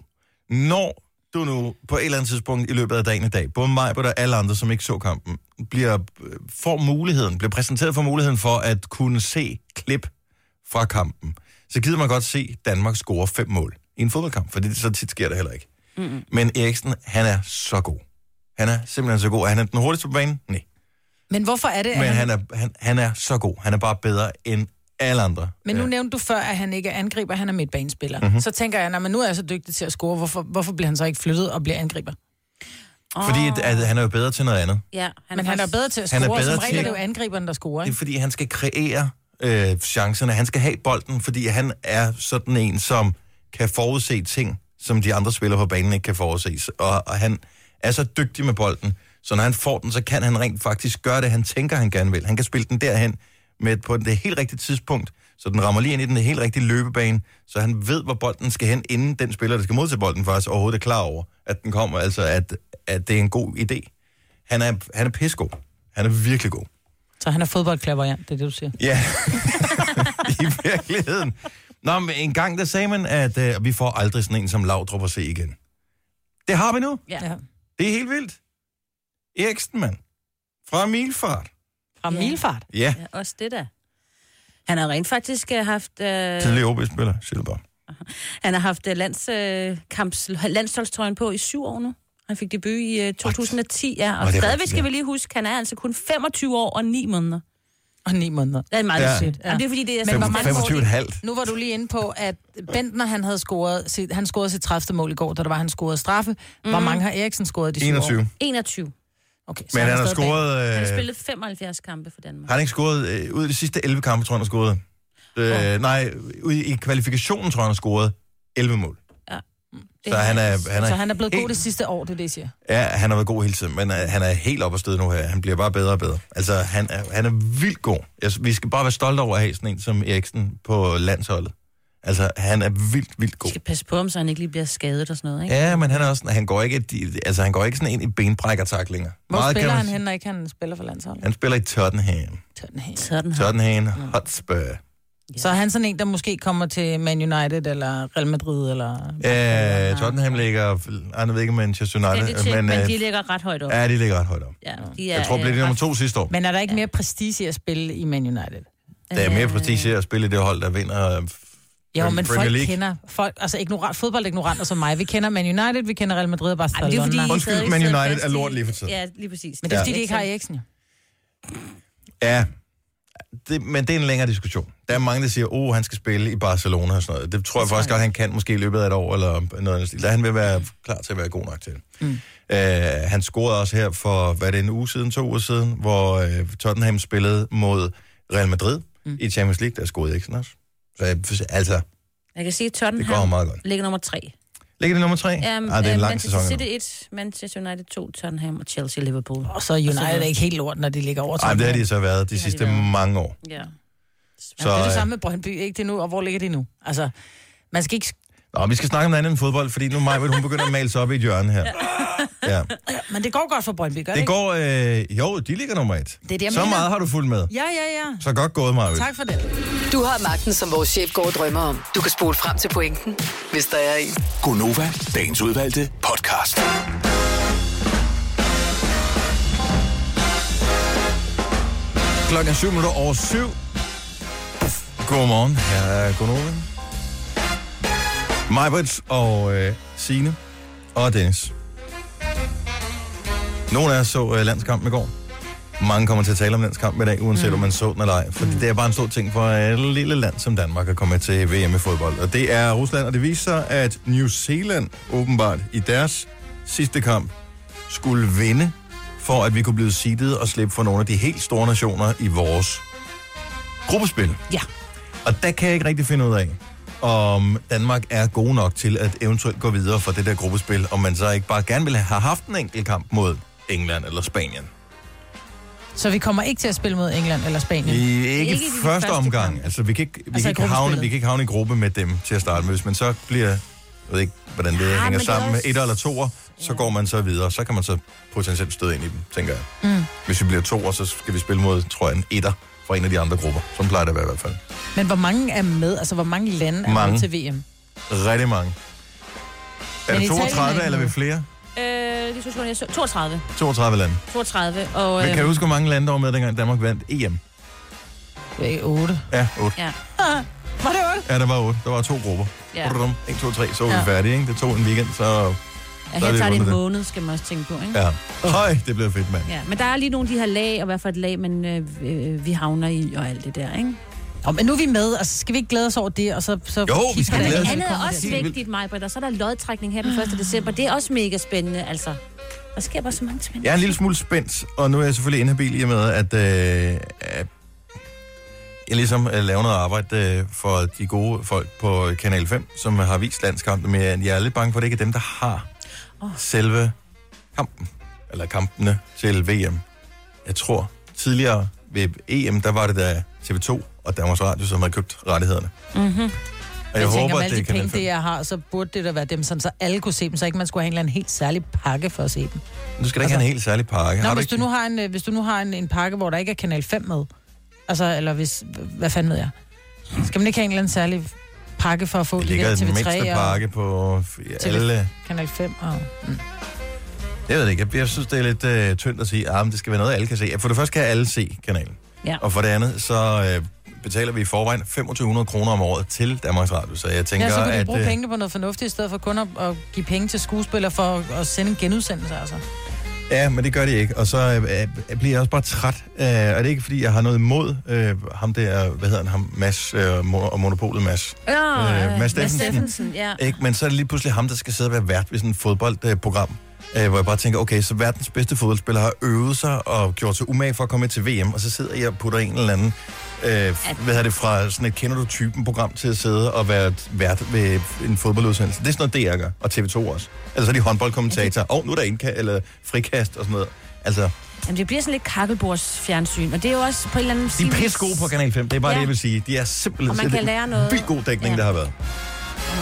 Speaker 1: Når du nu på et eller andet tidspunkt i løbet af dagen i dag, både Majbrit og alle andre, som ikke så kampen, bliver, øh, får muligheden, bliver præsenteret for muligheden for at kunne se klip fra kampen, så gider man godt se Danmark score fem mål i en fodboldkamp, for det, så tit sker det heller ikke. Mm-hmm. Men Eriksen, han er så god. Han er simpelthen så god. Er han den hurtigste på banen? Nej.
Speaker 4: Men hvorfor er det, at
Speaker 1: Men han er, han, han er så god. Han er bare bedre end alle andre.
Speaker 4: Men nu nævnte du før, at han ikke er angriber, han er midtbanespiller.
Speaker 1: Mhm.
Speaker 4: Mm-hmm. Så tænker jeg, at nu er jeg så dygtig til at score, hvorfor, hvorfor bliver han så ikke flyttet og bliver angriber?
Speaker 1: Øh, Fordi at, at han er jo bedre til noget andet.
Speaker 2: Ja, han
Speaker 4: Men han er
Speaker 2: faktisk-
Speaker 4: bedre til at
Speaker 1: Han
Speaker 4: score,
Speaker 1: er
Speaker 4: og som
Speaker 1: bedre
Speaker 4: regel
Speaker 1: til-
Speaker 4: er det jo angriberen, der scorer.
Speaker 1: Det er
Speaker 4: Ikke?
Speaker 1: fordi, han skal kreere øh, chancerne. Han skal have bolden, fordi han er sådan en, som kan forudse ting, som de andre spillere på banen ikke kan forudse. Og, og han er så dygtig med bolden, så når han får den, så kan han rent faktisk gøre det, han tænker, han gerne vil. Han kan spille den derhen med på det helt rigtige tidspunkt, så den rammer lige ind i den helt rigtige løbebane, så han ved, hvor bolden skal hen, inden den spiller, der skal modtage bolden, faktisk overhovedet er klar over, at den kommer, altså at, at det er en god idé. Han er, han er pissegod. Han er virkelig god.
Speaker 4: Så han er fodboldklaverjant, det er det, du siger.
Speaker 1: Ja, [LAUGHS] i virkeligheden. Nå, men en gang der sagde man, at øh, vi får aldrig sådan en som Laudrup at se igen. Det har vi nu.
Speaker 2: Ja.
Speaker 1: Det er helt vildt. Eriksen, mand. Fra Milfart.
Speaker 4: Fra
Speaker 2: Ja.
Speaker 4: Milfart.
Speaker 1: Ja,
Speaker 2: ja, også det der. Han har rent faktisk øh, haft, øh,
Speaker 1: tidligere OB-spiller, Silberborg.
Speaker 2: han har haft øh, lands, øh, kamps, landsholdstrøjen på i syv år nu. Han fik debut i øh, 2010, ja, og
Speaker 1: Nå, det er
Speaker 2: stadigvæk
Speaker 1: rigtigt,
Speaker 2: skal
Speaker 1: ja.
Speaker 2: vi lige huske, han er altså kun 25 år og 9 måneder.
Speaker 4: Og ni måneder.
Speaker 2: Det er meget
Speaker 1: Ja.
Speaker 2: ja. sygt. Ja. Jamen, det er fordi, det er
Speaker 4: Men hvor
Speaker 2: sådan,
Speaker 4: mange
Speaker 1: 25
Speaker 4: år-
Speaker 1: et halvt.
Speaker 4: Nu var du lige inde på, at Bentner, han havde scoret sit, han scorede sit 30. mål i går, da der var, han scorede straffe. Mm. Hvor mange har Eriksen scoret de syv
Speaker 1: 21.
Speaker 4: år?
Speaker 1: Men
Speaker 2: 21.
Speaker 4: Okay, så
Speaker 1: han har
Speaker 4: stadig
Speaker 1: scoret...
Speaker 2: Han har
Speaker 1: Øh,
Speaker 2: spillet 75 kampe for Danmark.
Speaker 1: har han ikke scoret øh, ud af de sidste 11 kampe, tror jeg, han har scoret? Øh, Nej, ud i i kvalifikationen, tror jeg, han har scoret 11 mål.
Speaker 4: bag.
Speaker 1: så han er- han er
Speaker 4: så han er blevet
Speaker 1: helt-
Speaker 4: god det sidste år, det er det, jeg siger.
Speaker 1: Ja, han har været god hele tiden, men øh, han er helt op og stød nu her. Han bliver bare bedre og bedre. Altså, han er, han er vildt god. Jeg, vi skal bare være stolte over at have sådan en som Eriksen på landsholdet. Altså, han er vildt, vildt
Speaker 2: Vi
Speaker 1: god.
Speaker 2: skal passe på, om så han ikke lige bliver skadet og sådan noget, ikke?
Speaker 1: Ja, men han er også sådan, han går ikke, de- altså, han går ikke sådan ind i benbrækkertaklinger.
Speaker 4: Hvor
Speaker 1: Meget kan
Speaker 4: spiller
Speaker 1: man
Speaker 4: han
Speaker 1: sige.
Speaker 4: hen, når ikke han spiller for landsholdet?
Speaker 1: Han spiller i Tottenham.
Speaker 4: Tottenham.
Speaker 2: Sådan her.
Speaker 1: Tottenham Hotspur.
Speaker 4: Så er han sådan en, der måske kommer til Man United eller Real Madrid eller...
Speaker 1: Ja, Tottenham ligger, ej, jeg ved ikke, Manchester
Speaker 2: Det er
Speaker 1: United,
Speaker 2: det tjek,
Speaker 1: men,
Speaker 2: men
Speaker 1: øh,
Speaker 2: de ligger ret højt op.
Speaker 1: ja, de ligger ret højt op.
Speaker 2: Ja, de er,
Speaker 1: Jeg tror, det
Speaker 2: øh,
Speaker 1: blev det nummer
Speaker 2: ret-
Speaker 1: to sidste år.
Speaker 4: Men er der ikke mere prestige i at spille i Man United?
Speaker 1: Der er mere
Speaker 2: øh,
Speaker 1: prestige i at spille i det hold, der vinder øh,
Speaker 4: Jo,
Speaker 1: Prem- Premier
Speaker 4: men folk
Speaker 1: League.
Speaker 4: kender... Folk, altså ignorant, fodboldignoranter som mig. Vi kender Man United, vi kender Real Madrid og
Speaker 2: Ej, men
Speaker 4: Barcelona.
Speaker 2: det er fordi, I
Speaker 1: Undskyld,
Speaker 2: stadig
Speaker 1: Man
Speaker 2: sidder
Speaker 1: United
Speaker 2: fast
Speaker 1: er lort
Speaker 2: i-
Speaker 1: lige for tiden.
Speaker 2: Ja, lige præcis.
Speaker 4: Men det er fordi, de ikke har Eriksen. jo.
Speaker 1: Ja, det, men det er en længere diskussion. Der er mange, der siger, at oh, han skal spille i Barcelona og sådan noget. Det tror jeg faktisk godt, han kan måske i løbet af et år eller noget andet. Han vil være klar til at være god nok til det. Mm. Uh, han scorede også her for, hvad er det, en uge siden, to uger siden, hvor uh, Tottenham spillede mod Real Madrid mm. i Champions League. Der scorede Eriksen også. Så jeg- altså,
Speaker 2: Jeg kan sige, at
Speaker 1: det går ham
Speaker 2: Tottenham
Speaker 1: meget godt.
Speaker 2: ligger nummer tre.
Speaker 1: Ligger det nummer tre?
Speaker 2: Um,
Speaker 1: ah, det er en lang sæson.
Speaker 2: Manchester
Speaker 1: endnu.
Speaker 2: City 1, Manchester United 2, Tottenham og Chelsea Liverpool.
Speaker 4: Og så er United er ikke helt lort, når de ligger over.
Speaker 1: Altså, Ej, men det har
Speaker 4: Tottenham.
Speaker 1: de så været de
Speaker 2: har de
Speaker 1: sidste
Speaker 2: været.
Speaker 1: mange år.
Speaker 2: Ja.
Speaker 1: Så,
Speaker 4: Ja, det er det
Speaker 1: øh,
Speaker 4: samme med Brøndby, ikke det nu? Og hvor ligger de nu? Altså, man skal ikke...
Speaker 1: Nå, vi skal snakke om noget andet end fodbold, fordi nu Maja, hun begynder at male sig op i et hjørne her. Ja.
Speaker 4: Men det går godt for Brøndby, gør det,
Speaker 1: Det
Speaker 4: ikke?
Speaker 1: går, øh, jo, de ligger nummer et.
Speaker 4: Det er det, jeg
Speaker 1: Så
Speaker 4: mener.
Speaker 1: meget har du fulgt med.
Speaker 4: Ja, ja, ja.
Speaker 1: Så godt gået, Marvind.
Speaker 4: Tak for det.
Speaker 5: Du har magten, som vores chef går og drømmer om. Du kan spole frem til pointen, hvis der er en.
Speaker 6: Gonova, dagens udvalgte podcast.
Speaker 1: Klokken er syv minutter over syv. Godmorgen, her er Gunnova. Majbrits og øh, Signe og Dennis. Nogle af os så øh, landskampen i går. Mange kommer til at tale om landskampen i dag, uanset mm. om man så den eller ej. For mm. det er bare en stor ting for et lille land som Danmark at komme med til VM i fodbold. Og det er Rusland, og det viser sig, at New Zealand åbenbart i deres sidste kamp skulle vinde, for at vi kunne blive seedet og slippe for nogle af de helt store nationer i vores gruppespil.
Speaker 4: Ja.
Speaker 1: Og der kan jeg ikke rigtig finde ud af, om Danmark er god nok til at eventuelt gå videre fra det der gruppespil, om man så ikke bare gerne ville have haft en enkelt kamp mod England eller Spanien.
Speaker 4: Så vi kommer ikke til at spille mod England eller Spanien.
Speaker 1: I, ikke,
Speaker 2: ikke
Speaker 1: ikke
Speaker 2: i
Speaker 1: første,
Speaker 2: den
Speaker 1: første
Speaker 2: første
Speaker 1: omgang.
Speaker 2: kamp.
Speaker 1: Altså, vi kan, ikke, vi,
Speaker 4: Altså
Speaker 1: altså,
Speaker 4: i
Speaker 1: kan ikke havne,
Speaker 4: gruppespillet.
Speaker 1: vi kan ikke havne i gruppe med dem til at starte med. Hvis man så bliver, jeg ved ikke, hvordan det ja,
Speaker 2: men
Speaker 1: hænger
Speaker 2: det er
Speaker 1: sammen med
Speaker 2: også-
Speaker 1: et eller toer, så
Speaker 2: Ja.
Speaker 1: går man så videre. Så kan man så potentielt støde ind i dem, tænker jeg. Mm. Hvis vi bliver toer, så skal vi spille mod, tror jeg, en etter fra en af de andre grupper. Som plejer det at være i hvert fald.
Speaker 4: Men hvor mange er med? Altså, hvor mange lande er
Speaker 1: Mange.
Speaker 4: med til VM?
Speaker 1: Rigtig mange. Er
Speaker 4: Men
Speaker 1: det
Speaker 4: Italien er
Speaker 1: 32,
Speaker 4: ikke
Speaker 1: eller er vi
Speaker 4: med.
Speaker 1: flere?
Speaker 2: Øh, det skulle jeg så. 32.
Speaker 1: 32 lande.
Speaker 2: 32. Og,
Speaker 1: Men
Speaker 2: øh,
Speaker 1: kan du huske, hvor mange lande der var med, dengang Danmark vandt EM?
Speaker 4: Øh, 8.
Speaker 1: Ja, 8.
Speaker 2: ja,
Speaker 4: Var det 8?
Speaker 1: Ja, der var 8. Der var to grupper.
Speaker 2: ja.
Speaker 1: Ja. 1, 2, 3, så var
Speaker 4: Ja.
Speaker 1: vi færdige, ikke? Det tog en weekend, så...
Speaker 2: ja
Speaker 1: så er
Speaker 2: her
Speaker 1: det
Speaker 2: tager
Speaker 1: vundet
Speaker 2: det en
Speaker 1: det.
Speaker 2: måned, skal man også tænke på, ikke?
Speaker 1: Ja. Høj, det blev fedt, mand.
Speaker 2: Ja, men der er lige nogle af de her lag, og hvad for et lag, men øh, øh, vi havner i, og alt det der, ikke?
Speaker 4: Nå, men nu er vi med, og så skal vi ikke glæde os over det, og så... så
Speaker 1: vi
Speaker 4: kigger
Speaker 1: skal
Speaker 4: vi
Speaker 1: glæde
Speaker 2: Men
Speaker 1: os. Ah.
Speaker 4: ind, når vi
Speaker 2: det andet er
Speaker 4: kommer
Speaker 2: også
Speaker 1: til det.
Speaker 2: vigtigt, Majbrit, og så er der lodtrækning her den 1. december. Det er også mega spændende, altså. Der sker bare så mange spændende.
Speaker 1: Jeg er en lille smule spændt, og nu er jeg selvfølgelig inhabil i og med, at, øh, at jeg ligesom øh, laver noget arbejde øh, for de gode folk på Kanal 5, som har vist landskampene, men jeg er lidt bange for, at det ikke er dem, der har oh.
Speaker 2: Åh.
Speaker 1: selve kampen, eller kampene til VM. Jeg tror, tidligere ved EM, der var det der TV2 og Danmarks Radio, som havde købt rettighederne. Og
Speaker 2: Mm-hmm.
Speaker 4: Mhm.
Speaker 1: jeg,
Speaker 4: Jeg, tænker,
Speaker 1: håber,
Speaker 4: med
Speaker 1: at det
Speaker 4: alle de
Speaker 1: er Kanal
Speaker 4: penge,
Speaker 1: 5.
Speaker 4: det jeg har, så burde det da være dem, sådan, så alle kunne se dem, så ikke man skulle have en eller anden helt særlig pakke for at se dem.
Speaker 1: Du skal da ikke
Speaker 4: Altså-
Speaker 1: have en helt særlig pakke.
Speaker 4: Nå,
Speaker 1: Har
Speaker 4: hvis du,
Speaker 1: ikke-
Speaker 4: nu har en, øh, hvis du nu har en, en pakke, hvor der ikke er Kanal 5 med, altså, eller hvis, hvad fanden ved jeg, skal man ikke have en eller anden særlig pakke for at få
Speaker 1: Det
Speaker 4: de
Speaker 1: ligger
Speaker 4: der
Speaker 1: i den
Speaker 4: TV3
Speaker 1: mindste
Speaker 4: og
Speaker 1: pakke på øh, f-
Speaker 4: TV.
Speaker 1: alle...
Speaker 4: Kanal 5 og...
Speaker 1: Jeg ved det ikke. Jeg, jeg synes, det er lidt øh, tyndt at sige, at ah, men det skal være noget, alle kan se. For det første kan alle se kanalen.
Speaker 2: Ja.
Speaker 1: Og for det andet, så øh, betaler vi i forvejen 2500 kroner om året til Danmarks Radio. Så jeg tænker,
Speaker 4: Ja, så kunne de
Speaker 1: at...
Speaker 4: bruge
Speaker 1: øh,
Speaker 4: pengene på noget fornuftigt, i stedet for kun at, at give penge til skuespillere for at, at sende en genudsendelse, altså.
Speaker 1: Ja, men det gør de ikke. Og så øh, øh, bliver jeg også bare træt. Øh, og det er ikke, fordi jeg har noget imod øh, ham der, hvad hedder han, ham, Mads, øh, Mo- og Monopolet Mads.
Speaker 2: Ja,
Speaker 1: Øh, Mads Steffensen.
Speaker 2: ja.
Speaker 1: Ikke? Men så er det lige pludselig ham, der skal sidde og være vært ved sådan et fodboldprogram. Øh, hvor jeg bare tænker, okay, så verdens bedste fodboldspiller har øvet sig og gjort sig umage for at komme med til VM, og så sidder jeg og putter en eller anden, øh, hvad hedder det, fra sådan et kender du typen program til at sidde og være vært ved en fodboldudsendelse. Det er sådan noget, DR gør, og TV2 også. Altså så er de håndboldkommentatorer, og oh, nu er der indkast, eller frikast og sådan noget. Altså, de
Speaker 2: Jamen, det bliver sådan lidt kakkelbords fjernsyn, og det er jo også på en eller anden...
Speaker 1: er pisse gode på Kanal 5, det er bare ja.
Speaker 2: Ja.
Speaker 1: det, jeg vil sige. De er simpelthen
Speaker 2: Og man
Speaker 1: det er
Speaker 2: kan lære noget.
Speaker 1: vildt god dækning, ja.
Speaker 2: Ja.
Speaker 1: der har været.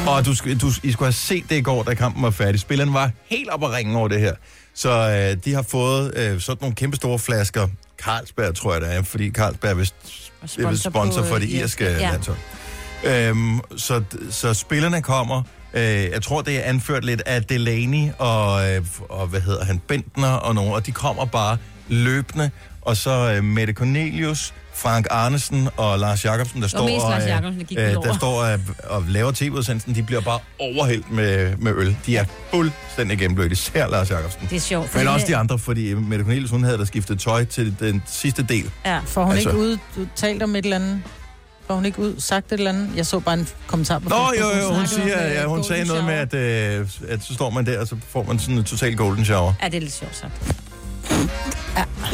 Speaker 1: Og du, sk- du, I skulle have set det i går, da kampen var færdig. Spilleren var helt op at ringe over det her. Så øh, de har fået øh, sådan nogle kæmpe store flasker. Carlsberg, tror jeg, det er, fordi Carlsberg er vist det er vist sponsor for det irske ja.
Speaker 2: øh, ja.
Speaker 1: landshold. Øhm, så, så spillerne kommer. Øh, jeg tror, det er anført lidt af Delaney og, øh, og hvad hedder han, Bentner og nogen, og de kommer bare løbende. Og så øh, Mette Cornelius, Frank Arnesen og Lars Jacobsen, der står
Speaker 2: mest
Speaker 1: og, øh,
Speaker 2: Lars Jacobsen, der gik lidt
Speaker 1: der
Speaker 2: over.
Speaker 1: står og, og laver tv-udsendelsen, de bliver bare overhældt med, med øl. De er fuldstændig gennemblødt, især Lars Jacobsen.
Speaker 2: Det er sjovt.
Speaker 1: Men
Speaker 2: fordi-
Speaker 1: også de andre, fordi Mette Cornelius, hun havde da skiftet tøj til den sidste del.
Speaker 2: Ja.
Speaker 4: Får hun
Speaker 1: Altså.
Speaker 4: altså. ikke ud, du talt om et eller andet? Får hun ikke ud, sagt et eller andet? Jeg så bare en kommentar på
Speaker 1: Nå,
Speaker 4: Facebook,
Speaker 1: jo, jo, hun,
Speaker 4: snakkede om,
Speaker 1: siger,
Speaker 4: øh,
Speaker 1: ja, hun
Speaker 4: golden
Speaker 1: sagde noget med,
Speaker 4: shower.
Speaker 1: at, øh, at så står man der, og så får man sådan en total golden shower.
Speaker 2: Ja, det er lidt sjovt så.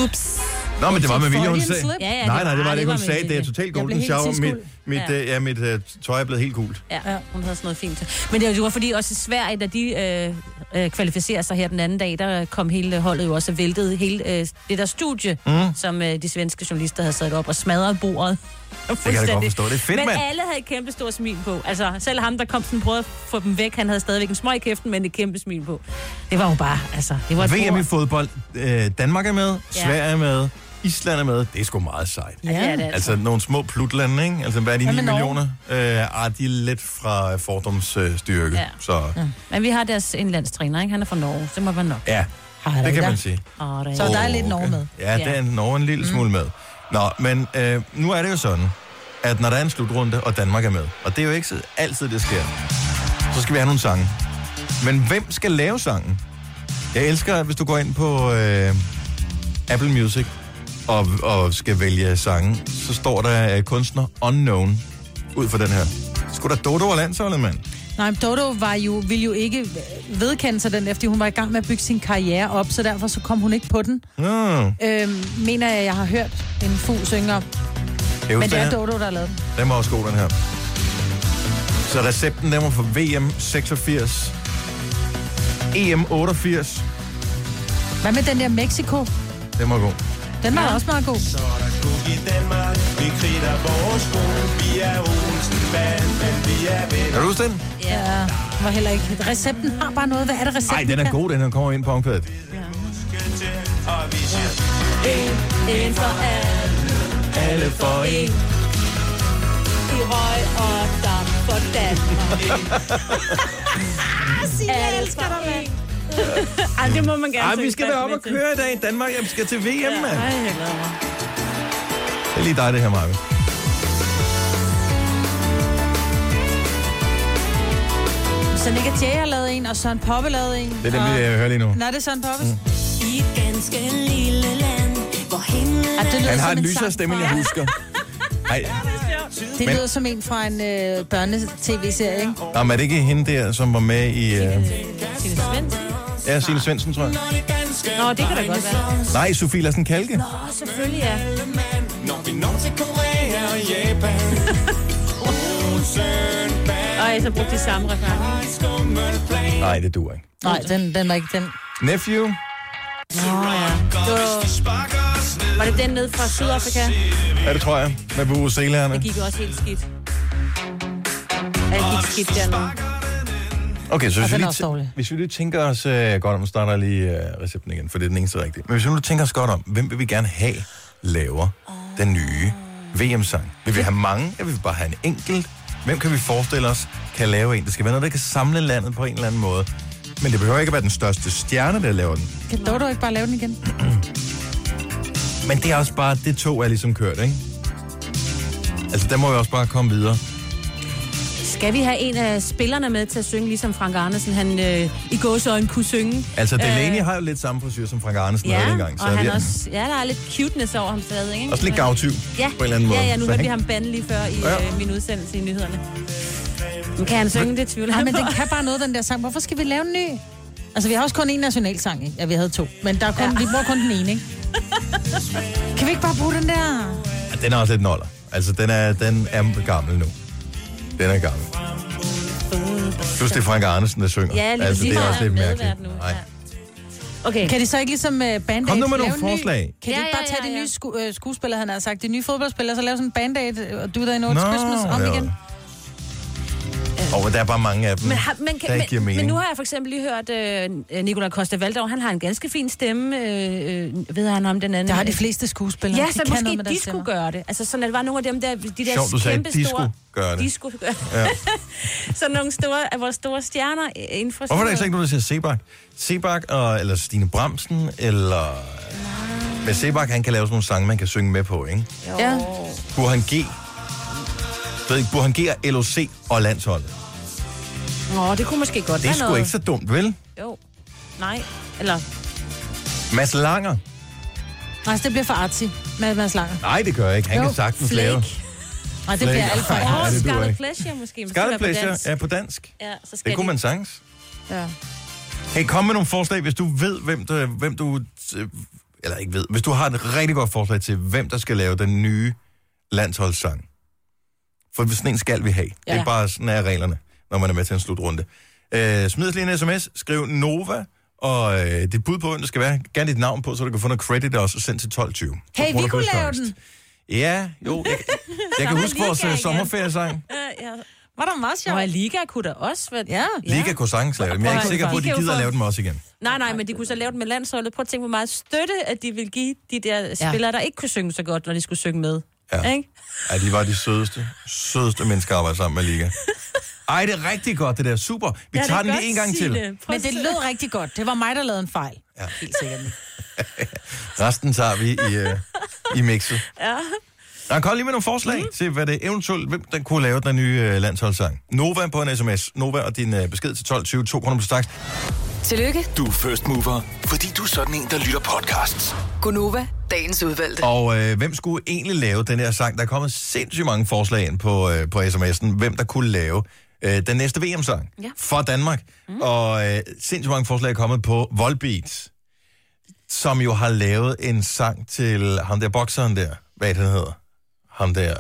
Speaker 4: Ups.
Speaker 1: Nå, men det var med vilje, hun
Speaker 4: Freudian
Speaker 1: sagde.
Speaker 4: slip.
Speaker 2: Ja, ja,
Speaker 1: Nej, nej, det var det ikke. Hun
Speaker 2: med
Speaker 1: sagde, det er
Speaker 2: vilje.
Speaker 1: total
Speaker 2: Jeg
Speaker 1: golden
Speaker 2: blev helt
Speaker 1: shower. Mit,
Speaker 2: tidskuld.
Speaker 1: mit,
Speaker 2: Ja.
Speaker 1: øh, ja, mit øh, tøj er blevet helt gult.
Speaker 2: Ja, ja, hun havde sådan noget fint. Men det var- det var fordi også i Sverige, da de øh, øh, kvalificerer sig her den anden dag, der kom hele holdet jo også og væltede hele øh, det der studie, mm. som øh, de svenske journalister havde sat op og smadret bordet.
Speaker 1: Det kan jeg da godt forstå. Det er fedt,
Speaker 2: men
Speaker 1: mand.
Speaker 2: alle havde et kæmpe stort smil på. Altså, selv ham, der kom sådan prøvede at få dem væk, han havde stadigvæk en smøg i kæften, men et kæmpe smil på. Det var jo bare, altså, det var et
Speaker 1: VM i
Speaker 2: bord.
Speaker 1: fodbold. Øh, Danmark er med,
Speaker 2: Ja.
Speaker 1: Sverige er med, Island er med. Det er sgu meget sejt.
Speaker 2: Ja, det er det altså.
Speaker 1: Altså nogle små plutlande, ikke? Altså hvad er de 9
Speaker 4: Hvad med Norge?
Speaker 1: millioner? Øh, ah, de er lidt fra fordomsstyrke.
Speaker 2: Ja.
Speaker 1: Så
Speaker 2: Men vi har deres indlandstræner, ikke? Han er fra Norge, så det må være nok.
Speaker 1: ja, det kan man sige.
Speaker 2: Og det
Speaker 4: Så der er
Speaker 1: Åh,
Speaker 4: lidt Norge med. Mm.
Speaker 1: Ja,
Speaker 2: Ja.
Speaker 1: der er Norge en lille smule med. Nå, men øh, nu er det jo sådan, at når der er en slutrunde, og Danmark er med, og det er jo ikke så- altid, det sker, så skal vi have nogle sange. Men hvem skal lave sangen? Jeg elsker, hvis du går ind på øh, Apple Music og, og skal vælge sange, så står der øh, kunstner Unknown ud for den her. Skulle der Dodo og landsholdet, mand?
Speaker 4: Nej, men Dodo var jo, ville jo ikke vedkende sig den, fordi hun var i gang med at bygge sin karriere op, så derfor så kom hun ikke på den.
Speaker 1: Nå,
Speaker 4: Øhm, mener jeg, jeg har hørt en fugl synge om.
Speaker 1: jo
Speaker 4: Men
Speaker 1: den
Speaker 4: det er
Speaker 1: her.
Speaker 4: Dodo, der har lavet den.
Speaker 1: Den var også god, den her. Så recepten, den var for VM 86, EM 88,
Speaker 4: Hvad med den der Mexico?
Speaker 1: den var god.
Speaker 4: Den var ja. også meget god.
Speaker 1: Kan du huske den?
Speaker 4: Ja, var heller ikke. Recepten har bare noget. Hvad er det recepten?
Speaker 1: Nej, den er god, den her kommer ind på omkvædet.
Speaker 2: En for alle,
Speaker 1: Alle for en.
Speaker 2: i røg og damp for Danmark. [LAUGHS] Alle elsker dig, mand. [LAUGHS]
Speaker 8: Ej, det må man gerne
Speaker 1: Ej,
Speaker 8: synge
Speaker 1: vi skal
Speaker 8: dansk
Speaker 1: være oppe
Speaker 8: med
Speaker 1: og
Speaker 8: til.
Speaker 1: køre i dag. Danmark jeg skal til VM, mand.
Speaker 2: Ej, jeg glæder mig.
Speaker 1: Det er lige dig, det her, Marve.
Speaker 4: Så Nick Jay har lavet en, og Søren Poppe lavede en.
Speaker 1: Det er den, vi øh, hører lige nu.
Speaker 4: Nej, det er Søren Poppes. Mm.
Speaker 9: I et ganske lille land, hvor himlen
Speaker 4: Ah, det lyder
Speaker 1: Han har
Speaker 4: som
Speaker 1: en
Speaker 4: sang
Speaker 1: lysere stemme, end jeg
Speaker 4: fra- [LAUGHS]
Speaker 1: husker. Ej,
Speaker 4: Det
Speaker 1: Men-
Speaker 4: lyder som en fra en øh, børnetv-serie, ikke?
Speaker 1: nå, men er det ikke hende der, som var med i... Øh,
Speaker 2: Signe Svendsen.
Speaker 1: ja, Signe Svendsen, tror jeg.
Speaker 2: Nå, det kan da godt være.
Speaker 1: Nej, Sofie Lassen Kalke.
Speaker 2: Åh, selvfølgelig, ja. [LAUGHS]
Speaker 8: Og jeg så brugte de samme referencer.
Speaker 1: Nej, det duer ikke.
Speaker 4: Nej, den, den var ikke den.
Speaker 1: Nephew.
Speaker 2: Var det den ned fra Sydafrika?
Speaker 1: Ja, det tror jeg. Med
Speaker 2: Det
Speaker 1: vuvuzelerne.
Speaker 2: gik jo også helt skidt. Alt gik skidt dernede.
Speaker 1: Okay, så
Speaker 4: Og
Speaker 1: hvis vi,
Speaker 4: den er
Speaker 1: lige,
Speaker 4: også dårlig.
Speaker 1: tæ- hvis vi lige tænker os øh, godt om, så starter jeg lige øh, recepten igen, for det er den eneste rigtige. Men hvis vi nu tænker os godt om, hvem vil vi gerne have laver den nye VM-sang? Vil vi have mange, eller vil vi bare have en enkelt? Hvem kan vi forestille os kan lave en? Det skal være noget, der kan samle landet på en eller anden måde. Men det behøver ikke at være den største stjerne, der laver den.
Speaker 4: Kan Dodo ikke bare lave den igen?
Speaker 1: Men det er også bare, det tog er ligesom kørt, ikke? Altså, der må vi også bare komme videre.
Speaker 2: Skal vi have en af spillerne med til at synge, ligesom Frank Andersen, han øh, i gåsøjne kunne synge?
Speaker 1: Altså, Delaney øh... har jo lidt samme frisyr, som Frank Arnesen havde
Speaker 2: Ja,
Speaker 1: dengang.
Speaker 2: og han
Speaker 1: vi-
Speaker 2: også, ja, der er lidt cuteness over ham stadig, ikke?
Speaker 1: også lidt gavtyv
Speaker 2: Ja,
Speaker 1: på en eller anden måde.
Speaker 2: ja, ja nu
Speaker 1: Så
Speaker 2: hørte vi
Speaker 1: han-
Speaker 2: ham bande lige før i
Speaker 1: Ja.
Speaker 2: ja. øh, min udsendelse i nyhederne. Men kan han synge det, tvivler
Speaker 4: Nej,
Speaker 2: jeg
Speaker 4: men den
Speaker 2: på.
Speaker 4: kan bare noget, den der sang. Hvorfor skal vi lave en ny? Altså, vi har også kun én nationalsang, ikke? Ja, vi havde to. Men der er kun, ja. vi bruger kun den ene, ikke? kan vi ikke bare bruge den der?
Speaker 1: Ja, Den er også lidt noller. Altså, den er, den er gammel nu. Den er gammel. Plus det er Frank Andersen, der synger.
Speaker 2: Ja, lige
Speaker 1: altså, det er
Speaker 2: præcis. Han
Speaker 1: også
Speaker 2: er
Speaker 1: lidt
Speaker 2: medvært
Speaker 1: mærkeligt.
Speaker 2: nu,
Speaker 1: Nej.
Speaker 2: ja. Okay,
Speaker 4: Kan de så ikke ligesom uh, band
Speaker 1: Kom nu med
Speaker 4: lave
Speaker 1: nogle
Speaker 4: en
Speaker 1: forslag.
Speaker 4: Ny? Kan
Speaker 2: Ja,
Speaker 4: de ikke bare
Speaker 2: ja,
Speaker 4: tage
Speaker 2: ja,
Speaker 4: de
Speaker 2: ja.
Speaker 4: nye sku, øh, skuespillere, han har sagt, de nye fodboldspillere, så lave sådan en band-aid og do they know it's
Speaker 1: Nå,
Speaker 4: Christmas om
Speaker 1: ja.
Speaker 4: igen?
Speaker 1: Og der er bare mange af dem,
Speaker 2: Men, har, men,
Speaker 1: der ikke giver
Speaker 2: men,
Speaker 1: mening.
Speaker 2: men nu har jeg for eksempel lige hørt øh, Nikolaj Costa Valdau, han har en ganske fin stemme, øh, øh, ved han om den anden.
Speaker 4: Der har de fleste skuespillere.
Speaker 2: Ja,
Speaker 4: de
Speaker 2: så
Speaker 4: kan noget med
Speaker 2: måske de
Speaker 4: deres
Speaker 2: skulle
Speaker 4: stemmer.
Speaker 2: gøre det. Altså sådan, at der var nogle af dem der, de der
Speaker 1: Sjovt, du sagde,
Speaker 2: kæmpe
Speaker 1: de
Speaker 2: store...
Speaker 1: skulle gøre det.
Speaker 2: De skulle gøre det. [LAUGHS]
Speaker 1: Ja.
Speaker 2: sådan nogle store, af vores store stjerner øh, inden for...
Speaker 1: Hvorfor er der ikke så ikke nogen, der siger Sebak? Sebak, og, eller Stine Bramsen, eller... Men Sebak, han kan lave sådan nogle sange, man kan synge med på, ikke?
Speaker 4: Ja.
Speaker 1: Burhan G. Jeg Ved ikke, Burhan G og LOC og landsholdet.
Speaker 2: Åh, det kunne måske godt
Speaker 1: Det er
Speaker 2: være
Speaker 1: sgu
Speaker 2: noget.
Speaker 1: ikke så dumt, vel?
Speaker 2: Jo. Nej. Eller...
Speaker 1: Mads Langer.
Speaker 4: Altså, det bliver for artsy med Mads Langer.
Speaker 1: Nej, det gør jeg ikke. Han
Speaker 4: Jo,
Speaker 1: kan sagtens
Speaker 4: Flake.
Speaker 1: lave.
Speaker 4: Nej, det bliver
Speaker 1: Flake.
Speaker 4: alt for
Speaker 1: Ej,
Speaker 2: Åh,
Speaker 1: det
Speaker 2: oh,
Speaker 1: duer
Speaker 2: Scarlet
Speaker 1: ikke.
Speaker 2: Pleasure måske. men så
Speaker 1: Scarlet
Speaker 2: skal det
Speaker 1: Pleasure
Speaker 2: være på dansk.
Speaker 1: er på dansk.
Speaker 2: Ja, så skal
Speaker 1: Det kunne
Speaker 2: de-
Speaker 1: man sagtens.
Speaker 3: Ja.
Speaker 1: Hey, kom med nogle forslag, hvis du ved, hvem, der, hvem du... øh, Eller ikke ved. Hvis du har et rigtig godt forslag til, hvem der skal lave den nye landsholdssang. For sådan en skal vi have. Ja. Det er
Speaker 4: Ja.
Speaker 1: bare sådan er reglerne, når man er med til en slutrunde. Øh, smid os lige en sms, skriv Nova, og øh, dit bud på, hvem det skal være. Gerne dit navn på, så du kan få noget credit også, og send til 12.20. Så
Speaker 4: Hey,
Speaker 1: bruger
Speaker 4: vi
Speaker 1: du
Speaker 4: kunne lave
Speaker 1: kunstnerangst.
Speaker 4: den.
Speaker 1: Ja, jo.
Speaker 4: [LAUGHS]
Speaker 1: Jeg, jeg kan huske vores øh,
Speaker 2: igen.
Speaker 1: sommerferiesang.
Speaker 2: Øh, Ja, ja.
Speaker 4: Var der meget
Speaker 2: Nå,
Speaker 4: sjovt?
Speaker 2: ja, Liga kunne da også være...
Speaker 4: Ja.
Speaker 1: Liga kunne sagtens lave det, men jeg er ikke
Speaker 2: Prøv at-
Speaker 1: sikker på, at de
Speaker 2: Liga er jo
Speaker 1: gider at
Speaker 2: for-
Speaker 1: lave dem også igen.
Speaker 2: Nej, nej, men de kunne så lave den med landsholdet. Prøv at tænke, hvor meget støtte, at de ville give de der spillere, der ikke kunne synge så godt, når de skulle synge med.
Speaker 1: Ja.
Speaker 2: Ikke?
Speaker 1: Ja, de var de sødeste, sødeste mennesker at arbejde sammen med
Speaker 2: [LAUGHS]
Speaker 1: Liga. Ej, det er rigtig godt, det der. Super. Vi
Speaker 2: Ja,
Speaker 1: tager
Speaker 2: det
Speaker 1: den
Speaker 2: er
Speaker 1: lige en
Speaker 2: godt,
Speaker 1: gang til.
Speaker 2: Signe.
Speaker 1: Det.
Speaker 2: Prøv
Speaker 4: Men
Speaker 2: at
Speaker 4: det
Speaker 2: se.
Speaker 4: lød rigtig godt. Det var mig, der lavede en fejl.
Speaker 1: Ja.
Speaker 4: Helt sikkert.
Speaker 1: Resten tager vi i, øh, i mixet. Ja. Der kom lige med nogle forslag mm. til, hvad det eventuelt, hvem der kunne lave den nye øh, landsholdssang. Nova på en sms. Nova og din øh, besked til 12.20, 2 kroner på straks.
Speaker 5: Tillykke,
Speaker 6: Du er first mover, fordi du er sådan en, der lytter podcasts.
Speaker 5: Gunova, dagens udvalgte.
Speaker 1: Og øh, hvem skulle egentlig lave den her sang? Der er kommet sindssygt mange forslag ind på, øh, på sms'en, hvem der kunne lave øh, den næste VM-sang
Speaker 2: Ja.
Speaker 1: for Danmark. Mm. Og øh, sindssygt mange forslag er kommet på Volbeat, som jo har lavet en sang til ham der bokseren der. Hvad han hedder? Ham der.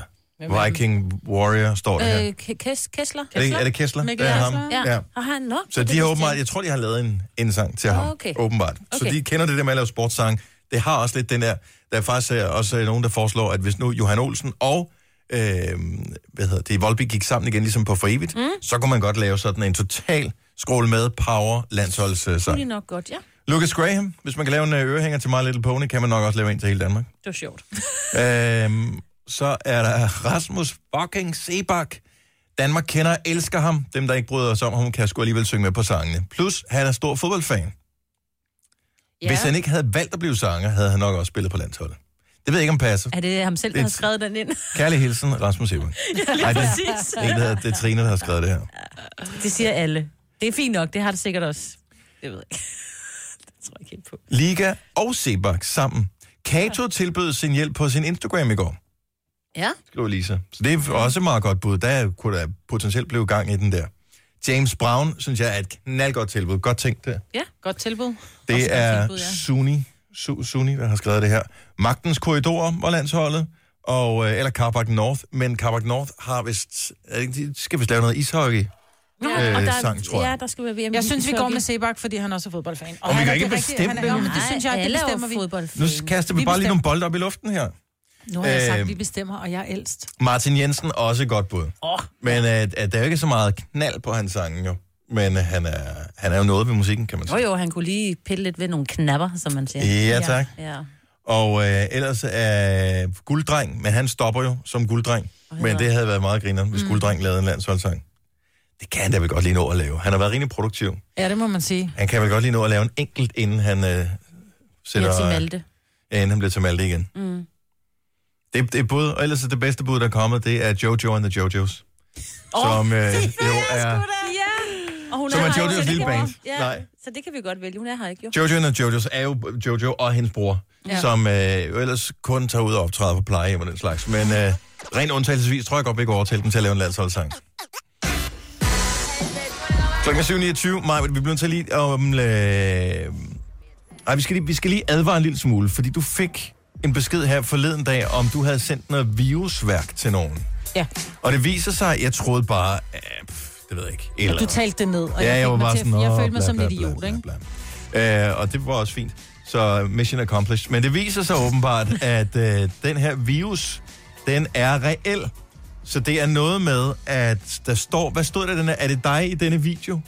Speaker 1: Viking Warrior står der øh, her.
Speaker 2: Øh, Ke- Kes- Kessler?
Speaker 1: Er det, er det Kessler?
Speaker 4: Mikkel
Speaker 1: det er ham.
Speaker 2: Ja. ja. Og han, nå,
Speaker 1: Så
Speaker 2: det
Speaker 1: de har
Speaker 2: vidste
Speaker 1: åbenbart,
Speaker 2: jeg Ah,
Speaker 1: jeg tror, de har lavet en, en sang til ham,
Speaker 2: okay.
Speaker 1: åbenbart. Så
Speaker 2: Okay.
Speaker 1: de kender det der med at lave sportssange. Det har også lidt den der, der er faktisk øh, også øh, nogen, der foreslår, at hvis nu Johan Olsen og øh, hvad hedder det, Volby gik sammen igen, ligesom på For Evigt, mm. så kunne man godt lave sådan en total skrål med power
Speaker 2: ikke.
Speaker 1: landsholdssang.
Speaker 2: Det er nok godt, ja.
Speaker 1: Lucas Graham, hvis man kan lave en øh, ørehænger til My Little Pony, kan man nok også lave en til hele Danmark.
Speaker 2: Det var sjovt.
Speaker 1: Øhm, så er der Rasmus fucking Sebak. Danmark kender og elsker ham. Dem, der ikke bryder sig om ham, kan sgu alligevel synge med på sangene. Plus, han er stor fodboldfan. Ja. Hvis han ikke havde valgt at blive sanger, havde han nok også spillet på landsholdet. Det ved jeg ikke, om passer.
Speaker 2: Er det ham selv, der
Speaker 1: Det-
Speaker 2: har skrevet den ind?
Speaker 1: Kærlig hilsen, Rasmus Sebak.
Speaker 2: [LAUGHS] ja, lige
Speaker 1: Ej, det-
Speaker 2: præcis.
Speaker 1: En, der hedder- Det er Trine, der har skrevet det her.
Speaker 2: [LAUGHS] Det siger alle. Det er fint nok, det har det sikkert også. Det ved jeg ikke. [LAUGHS] det tror jeg ikke helt på.
Speaker 1: Liga og Sebak sammen. Kato tilbød sin hjælp på sin Instagram i går,
Speaker 2: Ja.
Speaker 1: skriver Lisa. Så det er også et meget godt bud. Der kunne der potentielt blive gang i den der. James Brown, synes jeg, er et knaldgodt tilbud. Godt tænkt der.
Speaker 2: Ja.
Speaker 4: Godt tilbud.
Speaker 1: Det
Speaker 4: Også godt
Speaker 1: er
Speaker 4: tilbud, ja.
Speaker 1: Suni, Su, Suni, der har skrevet det her. Magtens Korridorer var landsholdet, og, øh, eller Carbac North. Men Carbac North har vist, er det ikke- de skal vist lave noget ishockey.
Speaker 2: Nå,
Speaker 1: Øh,
Speaker 2: og der,
Speaker 1: sang, tror jeg.
Speaker 2: Ja, der skal være VM.
Speaker 4: Jeg synes, vi går med Sebak, fordi han også er fodboldfan.
Speaker 1: vi
Speaker 4: han
Speaker 1: kan
Speaker 4: er
Speaker 1: ikke
Speaker 4: det rigtige-
Speaker 1: bestemme,
Speaker 4: han er- jo, men
Speaker 2: Nej,
Speaker 4: det synes jeg, det
Speaker 2: alle er jo
Speaker 4: bestemmer vi.
Speaker 1: Nu
Speaker 2: fodboldfan.
Speaker 1: kaster vi,
Speaker 4: Vi
Speaker 1: bare lige
Speaker 4: bestemmer.
Speaker 1: nogle bolde op i luften her.
Speaker 4: Nu har jeg sagt,
Speaker 1: Øh,
Speaker 4: vi bestemmer, og jeg er ældst.
Speaker 1: Martin Jensen, også et godt bud.
Speaker 4: Åh,
Speaker 1: Men øh, at, at der er jo ikke så meget knald på hans sange, jo. Men øh, han er, han er jo noget ved musikken, kan man
Speaker 2: Jo
Speaker 1: sige.
Speaker 2: jo, han kunne lige pille lidt ved nogle knapper, som man siger.
Speaker 1: Ja, tak.
Speaker 2: Ja.
Speaker 1: Og øh, ellers er gulddreng, men han stopper jo som gulddreng. Men det havde været meget grineren, hvis mm. gulddreng lavede en landsholdssang. Det kan han da vel godt lige nå at lave. Han har været rimelig produktiv.
Speaker 4: ja, det må man sige.
Speaker 1: Han kan vel godt lige nå at lave en enkelt, inden han øh, sætter...
Speaker 2: Ja, til Malte.
Speaker 1: Ja, inden han bliver til Malte igen. Mm. Det, det er bud, og ellers er det bedste bud, der er kommet, det er Jojo and the Jojos. Oh, som øh, jo er...
Speaker 2: Ja. Og hun
Speaker 1: Som er
Speaker 2: her jo,
Speaker 1: Jojos
Speaker 2: så det
Speaker 1: lille
Speaker 2: kan vi-
Speaker 1: band.
Speaker 2: Ja,
Speaker 1: Nej.
Speaker 2: så det kan vi godt vælge. Hun er her ikke, jo.
Speaker 1: Jojo and the Jojos er jo Jojo og hendes bror, ja. som øh, jo ellers kun tager ud og optræder på plejehjem og den slags. Men øh, rent undtagelsesvis tror jeg godt, vi kan overtale dem til at lave en landsholdssang. Klokken er 7.29. Maj, vi bliver nødt til lige om... Øh... Ej, vi skal, lige, vi skal lige advare en lille smule, fordi du fik en besked her forleden dag, om du havde sendt noget virusværk til nogen.
Speaker 4: Ja.
Speaker 1: Og det viser sig, jeg troede bare... Øh, pff, det ved jeg ikke. Et eller
Speaker 4: Du
Speaker 1: andet.
Speaker 4: talte det ned, og
Speaker 1: Ja,
Speaker 4: jeg,
Speaker 1: jeg,
Speaker 4: fik
Speaker 1: var
Speaker 4: mig
Speaker 1: bare
Speaker 4: til,
Speaker 1: sådan,
Speaker 4: at- jeg
Speaker 1: "Åh,
Speaker 4: følte mig
Speaker 1: bla,
Speaker 4: som
Speaker 1: bla,
Speaker 4: en idiot,
Speaker 1: bla,
Speaker 4: ikke?
Speaker 1: bla, bla." Øh, og det var også fint. Så mission accomplished. Men det viser sig åbenbart,
Speaker 4: [LAUGHS]
Speaker 1: at øh, den her virus, den er reel. Så det er noget med, at der står... Hvad stod der i den her? Er det dig i denne video?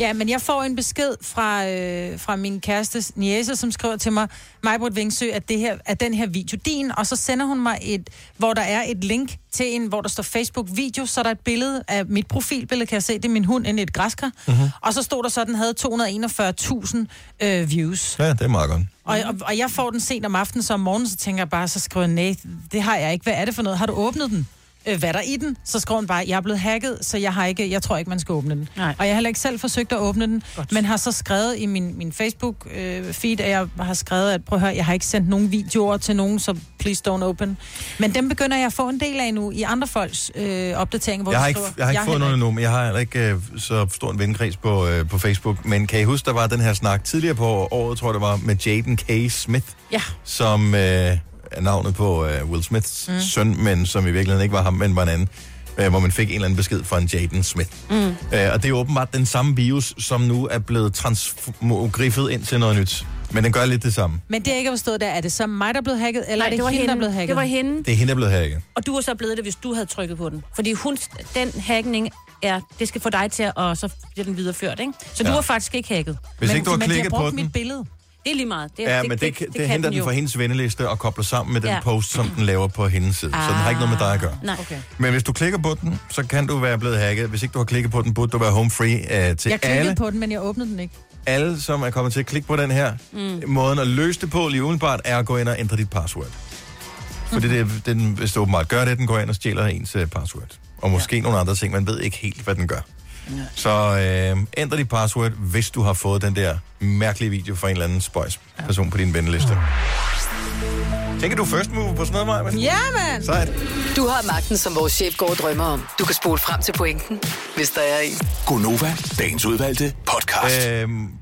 Speaker 4: Ja, men jeg får en besked fra, øh, fra min kærestes niece, som skriver til mig, Majbrit Vingsø, at, det her, at den her video din, og så sender hun mig et, hvor der er et link til en, hvor der står Facebook-video, så er der et billede af mit profilbillede, kan jeg se, det er min hund inde i et græskar,
Speaker 1: Mhm.
Speaker 4: uh-huh. og så stod der så, at den havde 241.000 øh, views.
Speaker 1: Ja, det er meget godt.
Speaker 4: Og, og, og jeg får den sent om aftenen, så om morgenen, så tænker jeg bare, så skriver jeg, nej, det har jeg ikke. Hvad er det for noget? Har du åbnet den? Øh, hvad er der i den? Så skriver hun bare, jeg er blevet hacket, så jeg har ikke, jeg tror ikke, man skal åbne den.
Speaker 2: Nej.
Speaker 4: Og jeg har heller ikke selv forsøgt at åbne den, Godt. men har så skrevet i min, min Facebook-feed, øh, feed, at jeg har skrevet, at prøv at høre, jeg har ikke sendt nogen videoer til nogen, så please don't open. Men dem begynder jeg at få en del af nu i andre folks øh, opdateringer, hvor
Speaker 1: Jeg
Speaker 4: de
Speaker 1: har ikke,
Speaker 4: skriver,
Speaker 1: jeg har ikke
Speaker 4: er
Speaker 1: fået
Speaker 4: heller
Speaker 1: noget endnu, men jeg har heller ikke øh, så stor en vennekreds på, øh, på Facebook. Men kan I huske, der var den her snak tidligere på året, tror jeg det var, med Jaden K. Smith,
Speaker 2: Ja.
Speaker 1: som øh, er navnet på øh, Will Smiths mm. søn, men som i virkeligheden ikke var ham, men var en anden. Øh, hvor man fik en eller anden besked fra en Jaden Smith. Mm. Øh, og det er åbenbart den samme virus, som nu er blevet transmogriffet ind til noget nyt. Men den gør lidt det samme.
Speaker 4: Men det jeg ikke har forstået, der er det så mig, der er blevet hacket, eller Nej, er det, det hende, der er blevet hacket?
Speaker 2: Det var hende.
Speaker 1: Det er hende, der er blevet hacket.
Speaker 2: Og du var så blevet det, hvis du havde trykket på den. Fordi hun, den hackning er, det skal få dig til, at- og så bliver den videreført, ikke? Så ja.
Speaker 1: Ja.
Speaker 2: du var faktisk ikke hacket.
Speaker 1: Hvis
Speaker 4: men,
Speaker 1: ikke du har
Speaker 4: men de
Speaker 1: klikket
Speaker 4: brugt
Speaker 1: på den...
Speaker 4: mit billede.
Speaker 2: Det er lige meget. Det,
Speaker 1: Ja, men det, det, det, det henter den,
Speaker 2: jo.
Speaker 1: fra hendes venneliste og kobler sammen med den
Speaker 2: Ja. Ah,
Speaker 1: post, som den laver på hendes side. Så den har ikke noget med dig at gøre.
Speaker 2: Nej. Okay.
Speaker 4: Okay.
Speaker 1: Men hvis du klikker på den, så kan du være blevet hacket. Hvis ikke du har klikket på den, burde du være home free uh, til
Speaker 4: Jeg klikkede
Speaker 1: alle,
Speaker 4: på den, men jeg åbnede den ikke.
Speaker 1: alle, som er kommet til at klikke på den her. Mm. Måden at løse det på lige umiddelbart er at gå ind og ændre dit password. Fordi det, er- den, hvis du åbenbart gør det, den går ind og stjæler ens øh, password. Og måske ja. nogle andre ting, man ved ikke helt, hvad den gør. Så øh, ændr dit password, hvis du har fået den der mærkelige video fra en eller anden spøjs person på din venliste. Tænker du first move på sådan noget, Maja?
Speaker 4: Ja, mand!
Speaker 1: Sejt.
Speaker 5: Du har magten, som vores chef går og drømmer om. Du kan spole frem til pointen, hvis der er en.
Speaker 6: Gonova, dagens udvalgte podcast. Øh.
Speaker 1: Øhm,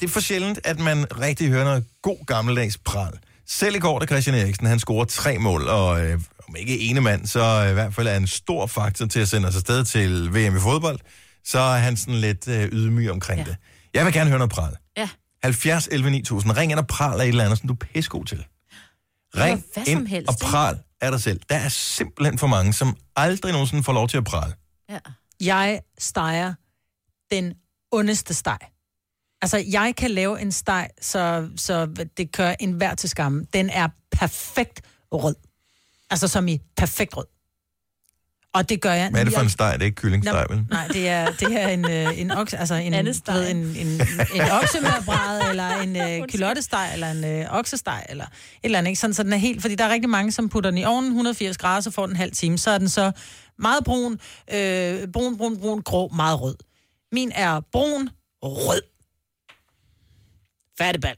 Speaker 1: det er for sjældent, at man rigtig hører noget god gammeldags pral. Selv i går, da Christian Eriksen, han scorer tre mål, og øh, om ikke ene mand, så øh, i hvert fald er en stor faktor til at sende os afsted til VM i fodbold, så er han sådan lidt øh, ydmyg omkring ja. det. Jeg vil gerne høre noget pral.
Speaker 2: Ja.
Speaker 1: 70 11 9000. Ring ind og pral af et eller andet, som du er pissegod til. Ring
Speaker 2: hvad som
Speaker 1: ind
Speaker 2: helst,
Speaker 1: og
Speaker 2: ikke?
Speaker 1: pral af dig selv. Der er simpelthen for mange, som aldrig nogensinde får lov til at prale.
Speaker 2: Ja.
Speaker 4: Jeg steger den ondeste steg. Altså, jeg kan lave en steg, så, så det kører enhver til skamme. Den er perfekt rød. Altså, som i perfekt rød. Og det gør jeg...
Speaker 1: Hvad er det for en
Speaker 4: jeg-
Speaker 1: steg? Det er ikke kyllingsteg, vel?
Speaker 4: Nej, det er, det er en, øh, en okse, altså en,
Speaker 2: Andesteg.
Speaker 4: ved, en, en, en oksemørbræd, eller en øh, kylottesteg, eller en øh, oksesteg, eller et eller andet, ikke? Sådan, så den er helt, fordi der er rigtig mange, som putter den i ovnen 180 grader, så får den en halv time, så er den så meget brun, øh, brun, brun, brun, grå, meget rød. Min er brun, rød. Færdigbald.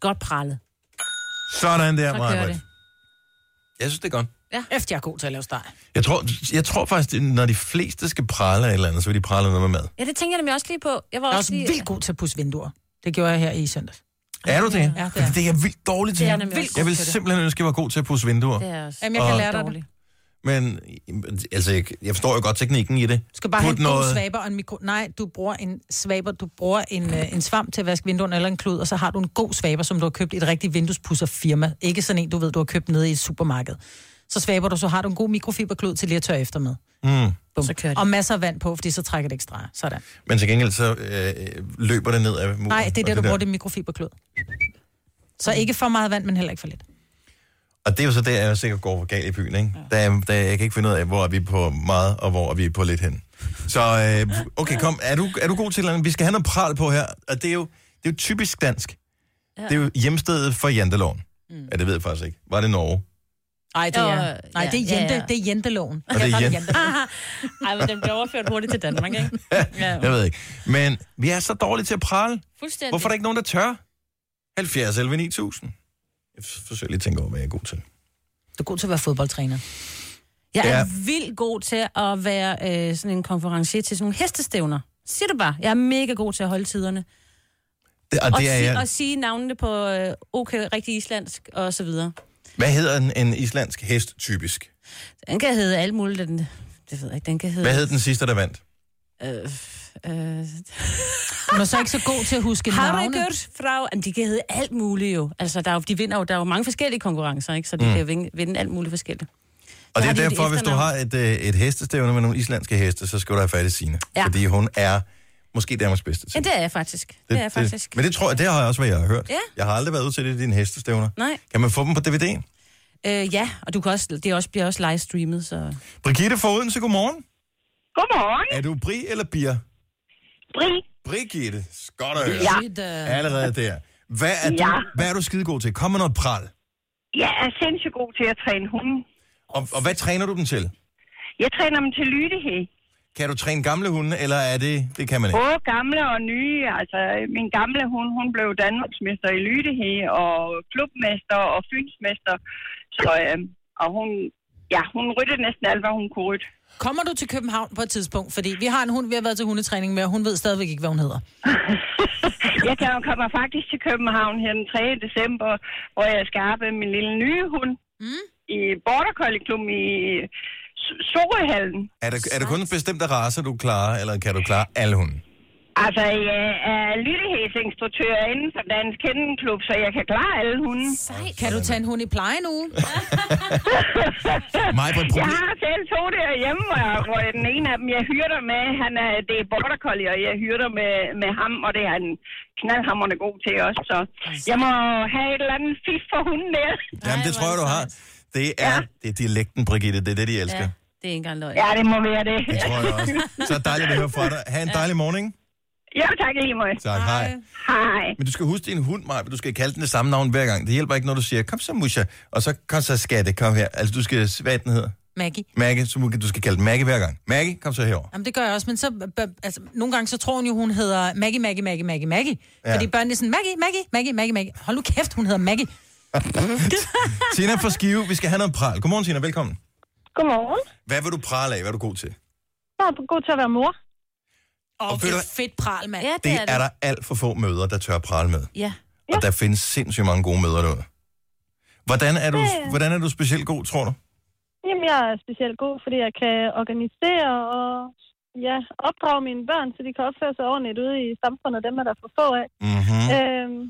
Speaker 2: Godt prallet.
Speaker 1: Sådan der,
Speaker 2: Så kører
Speaker 1: Maja.
Speaker 2: det.
Speaker 1: Jeg synes, det er godt.
Speaker 4: Efter jeg er god til at lave steg.
Speaker 1: Jeg tror, jeg tror faktisk, det- når de fleste skal prale af et eller andet, så vil de prale af noget med mad.
Speaker 2: Ja, det tænker jeg nemlig også lige på. Jeg var
Speaker 4: Jeg er
Speaker 2: også
Speaker 4: også
Speaker 2: lige...
Speaker 4: vildt god til at pusse vinduer. Det gjorde jeg her i søndags.
Speaker 1: Er du det?
Speaker 4: Ja, det er.
Speaker 1: Fordi det er jeg vildt dårlig til.
Speaker 2: Det er jeg nemlig også.
Speaker 1: jeg vil
Speaker 2: til det.
Speaker 1: simpelthen ønske, at jeg var god til at pusse vinduer.
Speaker 2: Det er også
Speaker 4: Jamen, jeg kan
Speaker 1: Og-
Speaker 4: lære dig det.
Speaker 2: dårligt.
Speaker 1: Men altså, jeg, jeg forstår jo godt teknikken i det.
Speaker 4: Du skal bare
Speaker 1: Put
Speaker 4: have en noget.
Speaker 1: noget-
Speaker 4: god svaber og en mikro... Nej, du bruger en svaber, du bruger en, øh, en svamp til at vaske vinduerne eller en klud, og så har du en god svaber, som du har købt i et rigtigt vinduespudserfirma. Ikke sådan en, du ved, du har købt nede i et supermarked. Så svaber du, så har du en god mikrofiberklud til lige at tørre efter med. Mm.
Speaker 2: Så kører det.
Speaker 4: Og masser af vand på, fordi så trækker det ikke streger. Sådan.
Speaker 1: Men til gengæld så øh, løber det ned af muren.
Speaker 4: Nej, det er
Speaker 1: og
Speaker 4: det, du bruger, det er mikrofiberklud. Så ikke for meget vand, men heller ikke for lidt.
Speaker 1: Og det er jo så der, jeg sikkert går for galt i byen, ikke? Ja. Der, er- der, jeg kan ikke finde ud af, hvor er vi på meget, og hvor er vi på lidt hen. Så øh, okay, kom, er du, er du god til et eller andet? Vi skal have noget pral på her, og det er jo, det er jo typisk dansk. Ja. Det er jo hjemstedet for janteloven. Mm. Ja, det ved jeg faktisk ikke. Var det Norge?
Speaker 4: Nej, det
Speaker 2: Jo,
Speaker 4: er, nej,
Speaker 2: ja,
Speaker 4: det er,
Speaker 2: ja,
Speaker 4: jente,
Speaker 2: ja.
Speaker 4: det er jenteloven.
Speaker 1: Og det er jen-
Speaker 2: Ej, men den bliver overført hurtigt til Danmark,
Speaker 1: [LAUGHS]
Speaker 2: ikke? Ja,
Speaker 1: Jeg ved ikke. Men vi er så dårlige til at prale.
Speaker 2: fuldstændig.
Speaker 1: Hvorfor er der ikke nogen, der tør? 70 11 9000. Jeg forsøger lige at tænke over, hvad jeg er god til.
Speaker 4: Du er god til at være fodboldtræner.
Speaker 2: Jeg er
Speaker 1: Ja.
Speaker 2: ja. vildt god til at være øh, sådan en konferencier til sådan nogle hestestævner. Sig det bare. Jeg er mega god til at holde tiderne.
Speaker 1: Det, og
Speaker 2: Og,
Speaker 1: det er
Speaker 2: si-
Speaker 1: jeg.
Speaker 2: og sige navnene på øh, okay, rigtig islandsk og så videre.
Speaker 1: Hvad hedder en, en islandsk hest typisk?
Speaker 2: Den kan hedde alt muligt. Den, det ved jeg ikke, den kan hedde...
Speaker 1: Hvad hed den sidste, der vandt?
Speaker 2: Øh,
Speaker 4: Hun er så ikke så god til at huske navne.
Speaker 2: Harregur fra... Jamen, de kan hedde alt muligt jo. Altså, der er jo, de vinder jo, der er jo mange forskellige konkurrencer, ikke? Så de mm. kan jo vinde, vinde alt muligt forskelligt.
Speaker 1: Og det
Speaker 2: har
Speaker 1: er
Speaker 2: de et
Speaker 1: derfor, hvis du har
Speaker 2: efternavn.
Speaker 1: et, øh, et hestestævne med nogle islandske heste, så skal du have fat i Signe. Ja.
Speaker 2: Ja.
Speaker 1: Fordi hun er måske Danmarks bedste til.
Speaker 2: Ja, det er jeg faktisk. Det, det er jeg faktisk.
Speaker 1: Det, men det tror jeg, det har jeg også, hvad jeg har hørt.
Speaker 2: Ja.
Speaker 1: Jeg har aldrig været ude til det i dine hestestævner.
Speaker 2: Nej.
Speaker 1: Kan man få dem på DVD?
Speaker 2: Øh, ja, og du kan også, det er også, bliver også livestreamet, så...
Speaker 1: Brigitte fra Odense, godmorgen.
Speaker 10: Godmorgen,
Speaker 1: Er du Bri eller Bier?
Speaker 10: Bri.
Speaker 1: Brigitte, godt at høre.
Speaker 4: Shit, øh.
Speaker 1: Allerede der. Hvad er, du,
Speaker 10: Ja.
Speaker 1: hvad er du skidegod til? Kom med noget pral.
Speaker 10: Jeg er sindssygt god til at træne hunde.
Speaker 1: Og, og hvad træner du dem til?
Speaker 10: Jeg træner dem til lydighed.
Speaker 1: Kan du træne gamle hunde, eller er det... Det kan man ikke.
Speaker 10: Både gamle og nye. Altså, min gamle hund, hun blev Danmarksmester i lydighed og klubmester og fynsmester. Så, øh, og hun, ja, hun ryttede næsten alt, hvad hun kunne rytte.
Speaker 4: Kommer du til København på et tidspunkt? Fordi vi har en hund, vi har været til hundetræning med, og hun ved stadigvæk ikke, hvad hun hedder.
Speaker 10: Jeg kan- kommer faktisk til København her den 3. december, hvor jeg skal arbejde min lille nye hund mm. i Border Collie Klub i Sorehallen.
Speaker 1: Er der, er der kun en bestemt race, du klarer, eller kan du klare alle hunde?
Speaker 10: Altså, jeg er lydighedsinstruktør inden for Dansk Kendenklub, så jeg kan klare alle hunde.
Speaker 4: Kan du tage en hund i pleje nu?
Speaker 1: Mig på
Speaker 10: Jeg har selv to derhjemme, og- hvor den ene af dem, jeg hyrder med, han er, det er Border Collie, og jeg hyrder med, med ham, og det er han knaldhammerne god til også, så jeg må have et eller andet fif for hunden der.
Speaker 1: Jamen, det tror jeg, du har. Det er, ja. det er dialekten, Brigitte. Det er det, de elsker.
Speaker 2: Ja, det
Speaker 1: Ja.
Speaker 2: er ikke engang løgn.
Speaker 10: Ja, det må være det.
Speaker 1: Det tror jeg også. Så dejligt at høre fra dig. Ha' en dejlig morgen.
Speaker 10: Ja, tak i lige måde.
Speaker 1: Tak, hej. hej.
Speaker 10: Hej.
Speaker 1: Men du skal huske din hund, Maja, du skal kalde den det samme navn hver gang. Det hjælper ikke, når du siger, kom så, Musha, og så kom så, skatte, kom her. Altså, du skal, hvad er den hedder?
Speaker 4: Maggie.
Speaker 1: Maggie, så må- du skal kalde den Maggie hver gang. Maggie, kom så [LAUGHS] herover.
Speaker 4: Jamen, det gør jeg også, men så, b- b- altså, nogle gange så tror hun jo, hun hedder Maggie, Maggie, Maggie, Maggie, Maggie.
Speaker 1: Ja.
Speaker 4: Ja. Fordi børnene er sådan, Maggie, Maggie, Maggie, Maggie, Maggie. Hold nu kæft, hun hedder Maggie.
Speaker 1: Tina fra Skive, vi skal have noget pral. Godmorgen, Tina, velkommen.
Speaker 11: Godmorgen.
Speaker 1: Hvad vil du prale af? Hvad er du god til?
Speaker 11: Jeg er god til at være mor.
Speaker 4: Åh,
Speaker 1: Og ved du hvad?
Speaker 4: fedt pral, mand. Ja,
Speaker 1: Det er der alt for få møder, der tør prale med.
Speaker 4: Ja.
Speaker 1: Og der findes sindssygt mange gode møder derude. Hvordan er du,
Speaker 11: Ja, ja.
Speaker 1: hvordan er du specielt god, tror du?
Speaker 11: Jamen, jeg er specielt god, fordi jeg kan organisere og ja, opdrage mine børn, så de kan opføre sig ordentligt ude i samfundet, dem er der for få af.
Speaker 1: Mhm.
Speaker 11: Øhm,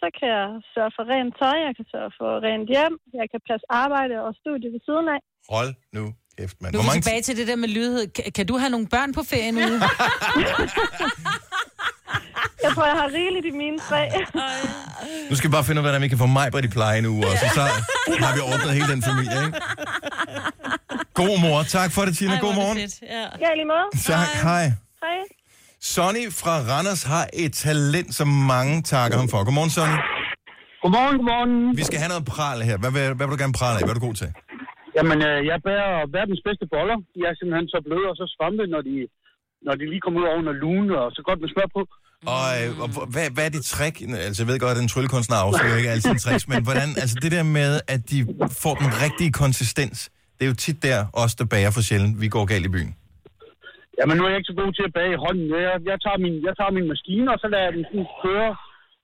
Speaker 11: så kan jeg sørge for rent tøj, jeg kan sørge for rent hjem, jeg kan passe arbejde og studie ved siden af.
Speaker 1: Hold nu kæft, mand.
Speaker 4: Nu
Speaker 1: Hvor
Speaker 4: er vi
Speaker 1: mange
Speaker 4: tilbage til det der med lydighed. Kan, kan du have nogle børn på ferien
Speaker 1: [LAUGHS]
Speaker 4: ude?
Speaker 11: Jeg tror, jeg har rigeligt i mine tre.
Speaker 1: Nu skal vi bare finde ud af, hvordan vi kan få mig på i pleje nu, og så, så har vi ordnet hele den familie, ikke? God mor. Tak for det, Tina. God morgen.
Speaker 11: Ja. ja, i lige måde.
Speaker 1: Tak. Hej.
Speaker 11: Hej.
Speaker 1: Sonny fra Randers har et talent, som mange takker ham for. Godmorgen, Sonny.
Speaker 12: Godmorgen, godmorgen.
Speaker 1: Vi skal have noget pral her. Hvad vil, hvad vil du gerne prale af? Hvad er du god til?
Speaker 12: Jamen, øh, jeg bærer verdens bedste boller. De er simpelthen så bløde og så svampe, når de, når de lige kommer ud over under lugen, og så godt med smør på.
Speaker 1: Og, øh, og hvor- hvad, hvad er dit trick? Altså, jeg ved godt, at en tryllekunstner afslører ikke alle sine tricks, men hvordan, altså det der med, at de får den rigtige konsistens, det er jo tit der, os der bager for sjældent, vi går galt i byen.
Speaker 12: Jamen, nu er jeg ikke så god til at bage i hånden. Jeg, jeg, tager, min, jeg tager min maskine, og så lader jeg den sådan køre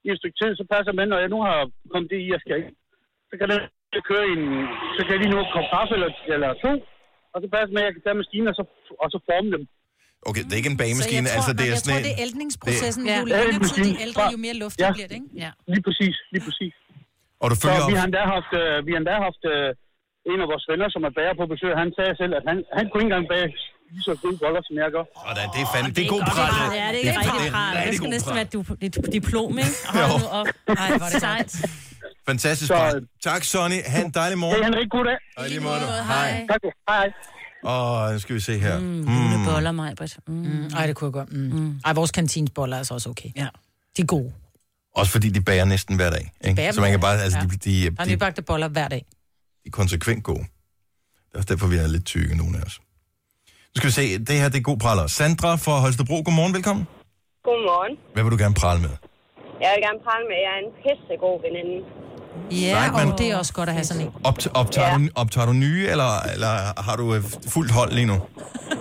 Speaker 12: i et stykke tid, så passer den, og jeg nu har kommet det i, jeg skal ikke. Så kan den køre i en, så kan jeg lige nå et kop kaffe eller, eller to, og så passer det med, at jeg kan tage maskinen og så, og så forme dem.
Speaker 1: Okay, det er ikke en
Speaker 4: Så jeg
Speaker 1: bagemaskine,
Speaker 4: tror,
Speaker 1: altså
Speaker 4: nej,
Speaker 1: det er
Speaker 4: jeg
Speaker 1: sådan
Speaker 4: tror, det
Speaker 1: en-
Speaker 4: er æltningsprocessen.
Speaker 1: det-
Speaker 4: Jo længere tid de ældre, jo mere luft ja. bliver det, ikke? Ja.
Speaker 12: Lige præcis, lige præcis.
Speaker 1: Og du følger
Speaker 12: så vi
Speaker 1: op-
Speaker 12: har endda haft, øh, vi har endda haft øh, en af vores venner, som er bager på besøg, han sagde selv, at han, han kunne ikke engang bage lige så gode boller, som jeg gør.
Speaker 1: Sådan, det er fandme, det er god
Speaker 2: godt
Speaker 1: pral.
Speaker 2: Ja, det er ikke rigtig pral. Det
Speaker 1: rigtig
Speaker 2: skal
Speaker 1: god
Speaker 2: næsten
Speaker 1: pral.
Speaker 2: være du, dit diplom, [LAUGHS] ikke? Hold nu op. Ej, hvor er det sejt.
Speaker 1: Fantastisk pral. Tak, Sonny. Ha' en dejlig morgen.
Speaker 12: Det er en rigtig god dag.
Speaker 1: Og i lige måde.
Speaker 2: Hej.
Speaker 12: Tak. Hej.
Speaker 1: Og nu skal vi se her. Mm,
Speaker 4: Mm. Boller, mig, mm. mm. Ej, det kunne jeg godt. Mm. Mm. Ej, vores kantinsboller er altså også okay. Ja. De er gode.
Speaker 1: Også fordi de bager næsten hver dag. Ikke?
Speaker 4: Bager
Speaker 1: Så man kan
Speaker 4: hver
Speaker 1: bare,
Speaker 4: dag,
Speaker 1: altså,
Speaker 4: ja.
Speaker 1: de, de,
Speaker 4: Der er
Speaker 1: de, de
Speaker 4: nybagte boller hver dag.
Speaker 1: er konsekvent gode. Det er også derfor, vi er lidt tykke, nogle af os. Nu skal vi se, det her det er god praler. Sandra fra Holstebro, godmorgen, velkommen.
Speaker 13: Godmorgen.
Speaker 1: Hvad vil du gerne prale med?
Speaker 13: Jeg vil gerne prale med, at jeg er en pissegod veninde.
Speaker 4: Ja,
Speaker 1: Sejt, mand.
Speaker 4: og det er også godt at have sådan en.
Speaker 1: Opt, optager, ja. du, optager du nye, eller, eller har du øh, fuldt hold lige nu?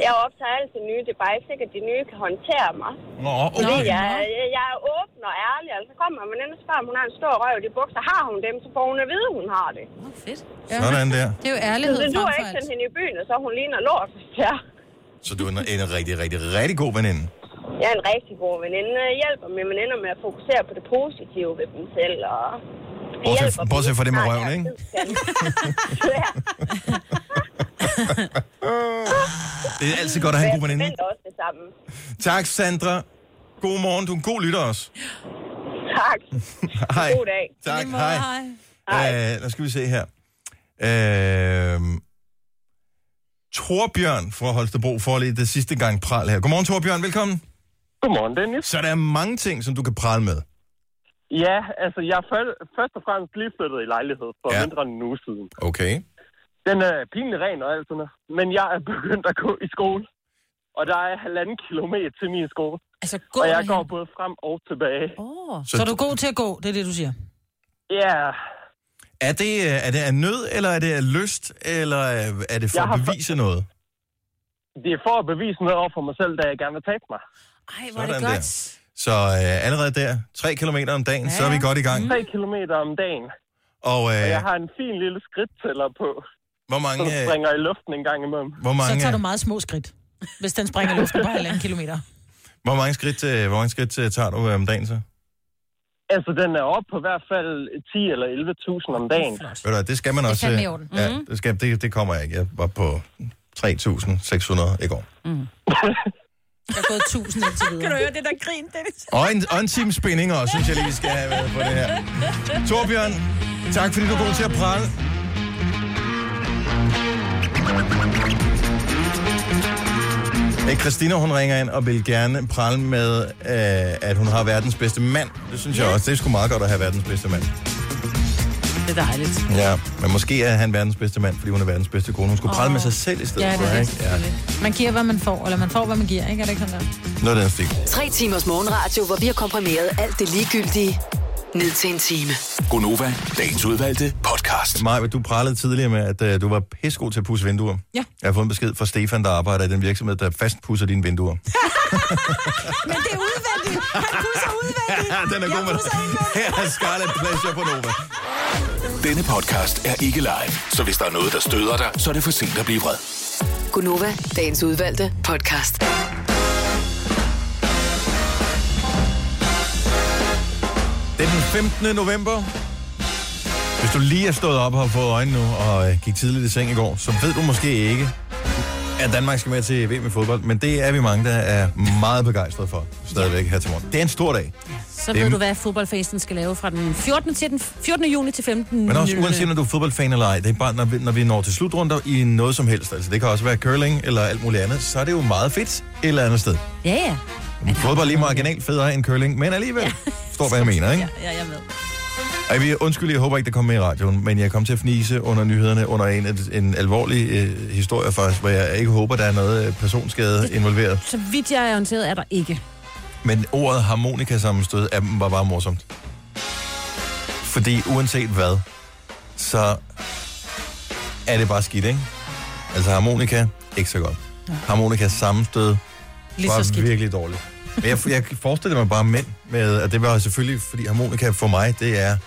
Speaker 13: Jeg optager altid nye. Det er bare ikke sikkert, at de nye kan håndtere mig.
Speaker 1: Nå,
Speaker 13: Fordi
Speaker 1: okay.
Speaker 13: jeg, jeg, jeg er åben og ærlig, og så kommer man ind og spørger, om hun har en stor røv i de bukser. Har hun dem, så får hun at vide, hun har det. Oh,
Speaker 4: fedt.
Speaker 1: Sådan der.
Speaker 4: Det er jo ærlighed
Speaker 13: Så det duer
Speaker 4: frem for
Speaker 13: ikke sendt hende i byen, og så hun ligner lort. [LAUGHS] Ja.
Speaker 1: Så du er en, en rigtig, rigtig, rigtig god veninde.
Speaker 13: Jeg er en rigtig god veninde. Jeg hjælper mine veninder med at fokusere på det positive ved dem selv. Og
Speaker 1: Bortset, bortset fra det med røven, ikke? [LAUGHS] Det er altid godt at have en god veninde.
Speaker 13: Jeg forventer også det samme.
Speaker 1: Tak, Sandra. God morgen. Du er en god lytter også.
Speaker 13: Tak.
Speaker 1: Hej.
Speaker 13: God dag.
Speaker 1: Tak, hej. Øh, nu skal vi se her. Øh, Torbjørn fra Holstebro får lige det sidste gang pral her. Godmorgen, Torbjørn. Velkommen.
Speaker 14: Godmorgen, Dennis.
Speaker 1: Så der er mange ting, som du kan prale med.
Speaker 14: Ja, altså jeg er fø- først og fremmest lige flyttet i lejlighed for ja. mindre end en uge siden.
Speaker 1: Okay.
Speaker 14: Den er pinlig ren og alt sådan noget. Men jeg er [LAUGHS] begyndt at gå i skole. Og der er halvanden kilometer til min skole.
Speaker 4: Altså, gå
Speaker 14: og jeg
Speaker 4: derhen.
Speaker 14: går både frem og tilbage.
Speaker 4: Oh. Så, så er du god til at gå, det er det, du siger.
Speaker 14: Ja,
Speaker 1: Er det, øh, er det af nød, eller er det af lyst, eller øh, er det for
Speaker 14: Jeg har
Speaker 1: at bevise noget?
Speaker 14: det er for at bevise noget over for mig selv, da jeg gerne vil tabe mig.
Speaker 4: Ej,
Speaker 1: hvor er det Sådan godt. der. Så øh, allerede der, 3 km om dagen, ja. så er vi godt i
Speaker 12: Mm.
Speaker 1: gang.
Speaker 14: 3 kilometer om dagen.
Speaker 1: Og, øh,
Speaker 14: Og jeg har en fin lille skridttæller på.
Speaker 1: Hvor mange... øh,
Speaker 14: Som springer i luften en gang imellem.
Speaker 1: Hvor mange,
Speaker 4: Så tager du
Speaker 1: øh,
Speaker 4: meget små skridt, hvis den springer i luften på halvanden kilometer.
Speaker 1: hvor mange skridt, øh, hvor mange skridt øh, tager du øh, om dagen så?
Speaker 14: Altså, den er oppe på i hvert fald 10 eller 11.000 om dagen.
Speaker 1: Ved du, hvad, det skal man
Speaker 14: Det er
Speaker 1: også.
Speaker 14: fandme
Speaker 1: øh,
Speaker 14: i orden.
Speaker 1: Ja,
Speaker 14: Mhm.
Speaker 1: det, skal, det, det kommer jeg ikke. Jeg var på 3.600 i går.
Speaker 14: [LAUGHS]
Speaker 4: Jeg har gået 1000 indtil videre. Kan du
Speaker 2: høre det der grin, Dennis?
Speaker 1: Og en, og en time spænding også, synes jeg lige, vi skal have med på det her. Torbjørn, tak fordi du er god til at prale. Øh, Christina, hun ringer ind og vil gerne prale med, øh, at hun har verdens bedste mand. Det synes jeg også. Det er sgu meget godt at have verdens bedste mand.
Speaker 2: Det er dejligt.
Speaker 1: Ja, men måske er han verdens bedste mand, fordi hun er verdens bedste kone. Hun skulle oh. prale med sig selv i stedet
Speaker 4: Ja,
Speaker 1: for,
Speaker 4: det er det,
Speaker 1: ikke? Ja.
Speaker 4: Man giver, hvad man får, eller man får, hvad man giver, ikke? Er det ikke sådan der?
Speaker 1: Noget af den stik.
Speaker 5: Tre timers morgenradio, hvor vi har komprimeret alt det ligegyldige ned til en time.
Speaker 1: Gonova, dagens udvalgte podcast. Maja, du pralede tidligere med, at øh, du var pissegod til at pusse vinduer.
Speaker 4: Ja.
Speaker 1: Jeg har fået en besked fra Stefan, der arbejder i den virksomhed, der fastpusser dine vinduer.
Speaker 4: [LAUGHS] Men det er udvendigt. Han pusser
Speaker 1: [LAUGHS]
Speaker 4: udvendigt.
Speaker 1: den er god med Her er Scarlet Pleasure på Nova.
Speaker 6: Denne podcast er ikke live, så hvis der er noget, der støder dig, så er det for sent at blive vred.
Speaker 5: Gunova, dagens udvalgte podcast.
Speaker 1: Det er den 15. november. Hvis du lige er stået op og har fået øjnene nu, og øh, gik tidligt i seng i går, så ved du måske ikke, at Danmark skal med til VM i fodbold, men det er vi mange, der er meget begejstrede for stadigvæk her til morgen. Det er en stor dag.
Speaker 2: Så
Speaker 1: Det er-
Speaker 2: ved du, hvad fodboldfesten skal lave fra den 14. til den 14. juni til 15.
Speaker 1: Men også
Speaker 2: juni.
Speaker 1: uanset, når du er fodboldfan eller ej, det er bare, når vi, når vi når til slutrunder i noget som helst, altså det kan også være curling eller alt muligt andet, så er det jo meget fedt et eller andet sted.
Speaker 2: Ja, ja.
Speaker 1: Fodbold er lige marginalt federe end curling, men alligevel. Ja. Står, hvad jeg mener, ikke?
Speaker 2: Ja, jeg er med.
Speaker 1: Ej, vi- undskyld, jeg håber ikke, det kommer med i radioen, men jeg kom til at fnise under nyhederne under en, en alvorlig øh, historie faktisk, hvor jeg ikke håber, der er noget øh, personskade involveret.
Speaker 2: Så vidt jeg er orienteret, er der ikke.
Speaker 1: Men ordet harmonikasammenstød af dem var bare morsomt. Fordi uanset hvad, så er det bare skidt, ikke? Altså harmonika, ikke så godt. Harmonika sammenstød
Speaker 4: Lige
Speaker 1: var
Speaker 4: så skidt.
Speaker 1: virkelig dårligt. Men jeg, jeg forestillede mig bare mænd med, og det var selvfølgelig, fordi harmonika for mig, det er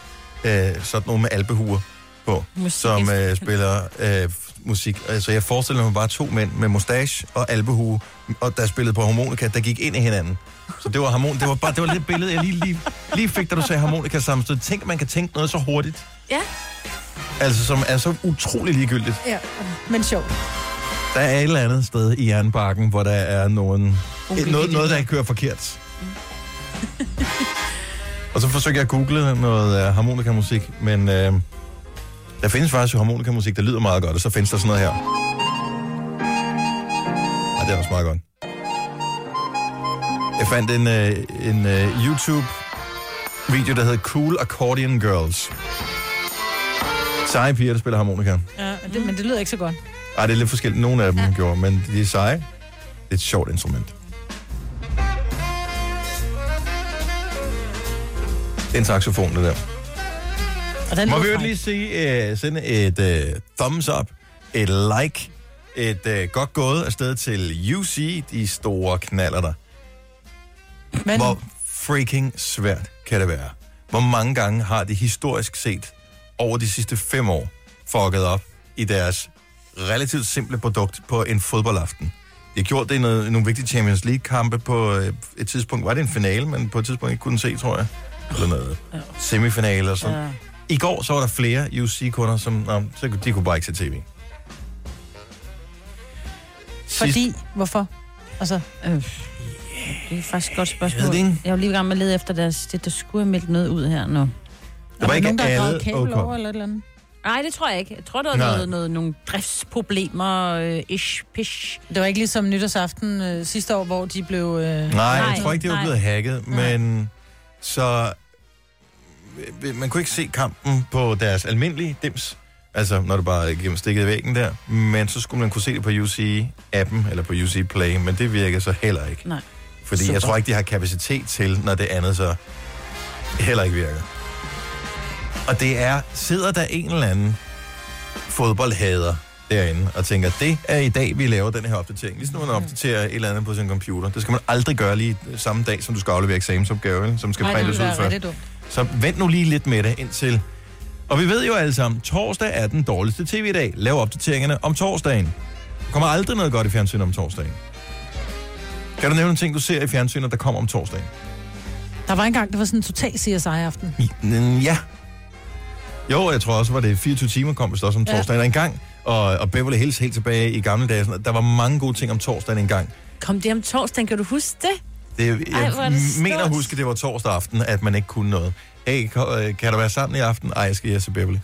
Speaker 1: øh, sådan nogle med albehuer på,
Speaker 15: Musik.
Speaker 1: som øh, spiller øh, musik. Altså jeg forestiller mig bare to mænd med mustache og albehue, og der spillede på harmonika, der gik ind i hinanden. Så det var harmon, det var bare det var lidt billede, jeg lige, lige, lige fik, da du sagde harmonika sammenstød. Tænk, at man kan tænke noget så hurtigt,
Speaker 2: Ja.
Speaker 1: altså som er så utrolig ligegyldigt.
Speaker 4: ja. Men sjovt.
Speaker 1: Der er et eller andet sted i jernbakken, hvor der er nogen, et, noget, noget, der kører forkert. og så forsøgte jeg at google noget uh, harmonikamusik, men uh, der findes faktisk jo harmonikamusik, der lyder meget godt, og så findes der sådan noget her. Ja, det er også meget godt. Jeg fandt en, uh, en uh, YouTube-video, der hedder Cool Accordion Girls. Seje piger, der spiller harmonika.
Speaker 4: Ja, det,
Speaker 1: Mm.
Speaker 4: men det lyder ikke så godt.
Speaker 1: Ej, det er lidt forskelligt. Nogle af dem ja. gjorde, men de er seje. Det er et sjovt instrument. Det er en saxofon, det der.
Speaker 4: Og den
Speaker 1: Må
Speaker 4: lyder
Speaker 1: vi jo
Speaker 4: fræk.
Speaker 1: lige sige, uh, sende et uh, thumbs up, et like, et uh, godt gået afsted til UC, de store knaller der.
Speaker 4: Men...
Speaker 1: Hvor freaking svært kan det være? Hvor mange gange har de historisk set over de sidste fem år fucket op i deres relativt simple produkt på en fodboldaften? De har gjort det i noget, nogle vigtige Champions League-kampe på øh, et tidspunkt. Var det en finale, men på et tidspunkt ikke kunne se, tror jeg. Eller noget semifinale og sådan.
Speaker 15: Ja.
Speaker 1: I går så var der flere UC-kunder, som nå, så kunne- de kunne bare ikke se tv.
Speaker 4: Fordi, hvorfor? Altså,
Speaker 2: øh, det er faktisk et godt spørgsmål.
Speaker 1: Jeg ved det ikke.
Speaker 2: Jeg er jo lige i gang med at lede efter deres... Det, der skulle have meldt noget ud her nu.
Speaker 1: Det var ikke
Speaker 4: nogen, der har
Speaker 1: alle
Speaker 4: draget kabel
Speaker 1: OK.
Speaker 4: over eller et eller andet?
Speaker 2: Nej, det tror jeg ikke. Jeg tror, der var
Speaker 1: Nej.
Speaker 2: noget, noget, nogle driftsproblemer, øh, ish, pish.
Speaker 4: Det var ikke ligesom nytårsaften øh, sidste år, hvor de blev... Øh...
Speaker 1: Nej, jeg tror ikke, det var blevet hacket, men så... øh, Man kunne ikke se kampen på deres almindelige dims, altså når du bare gennem stikket i væggen der, men så skulle man kunne se det på UC-appen eller på UC Play, men det virker så heller ikke.
Speaker 2: Nej.
Speaker 1: Fordi Super. jeg tror ikke, de har kapacitet til, når det andet så heller ikke virker. Og det er, sidder der en eller anden fodboldhader derinde og tænker, det er i dag, vi laver den her opdatering. Ligesom når
Speaker 4: Mm.
Speaker 1: man opdaterer et eller andet på sin computer. Det skal man aldrig gøre lige samme dag, som du skal aflevere eksamensopgave, vel? som skal
Speaker 4: Nej, det
Speaker 1: printes
Speaker 4: ville
Speaker 1: ud
Speaker 4: være
Speaker 1: før.
Speaker 4: rigtig dumt.
Speaker 1: Så vent nu lige lidt med det indtil... Og vi ved jo alle sammen, torsdag er den dårligste tv-dag. Lav opdateringerne om torsdagen. Der kommer aldrig noget godt i fjernsynet om torsdagen. Kan du nævne en ting, du ser i fjernsynet, der kommer om torsdagen?
Speaker 4: Der var engang, det var sådan en total CSI-aften.
Speaker 1: Mm, Ja. Jo, og jeg tror også, var det 24 timer kom, hvis også om
Speaker 4: Ja.
Speaker 1: torsdagen ja. engang. Og, og Beverly Hills helt tilbage i gamle dage. og Sådan, noget. der var mange gode ting om torsdagen engang.
Speaker 2: Kom det om torsdagen, kan du huske det?
Speaker 1: Det, jeg
Speaker 2: Ej, hvor er det stort.
Speaker 1: mener at huske, det var torsdag aften, at man ikke kunne noget. Hey, kan, øh, kan der være sammen i aften? Ej, jeg skal jeg se Beverly.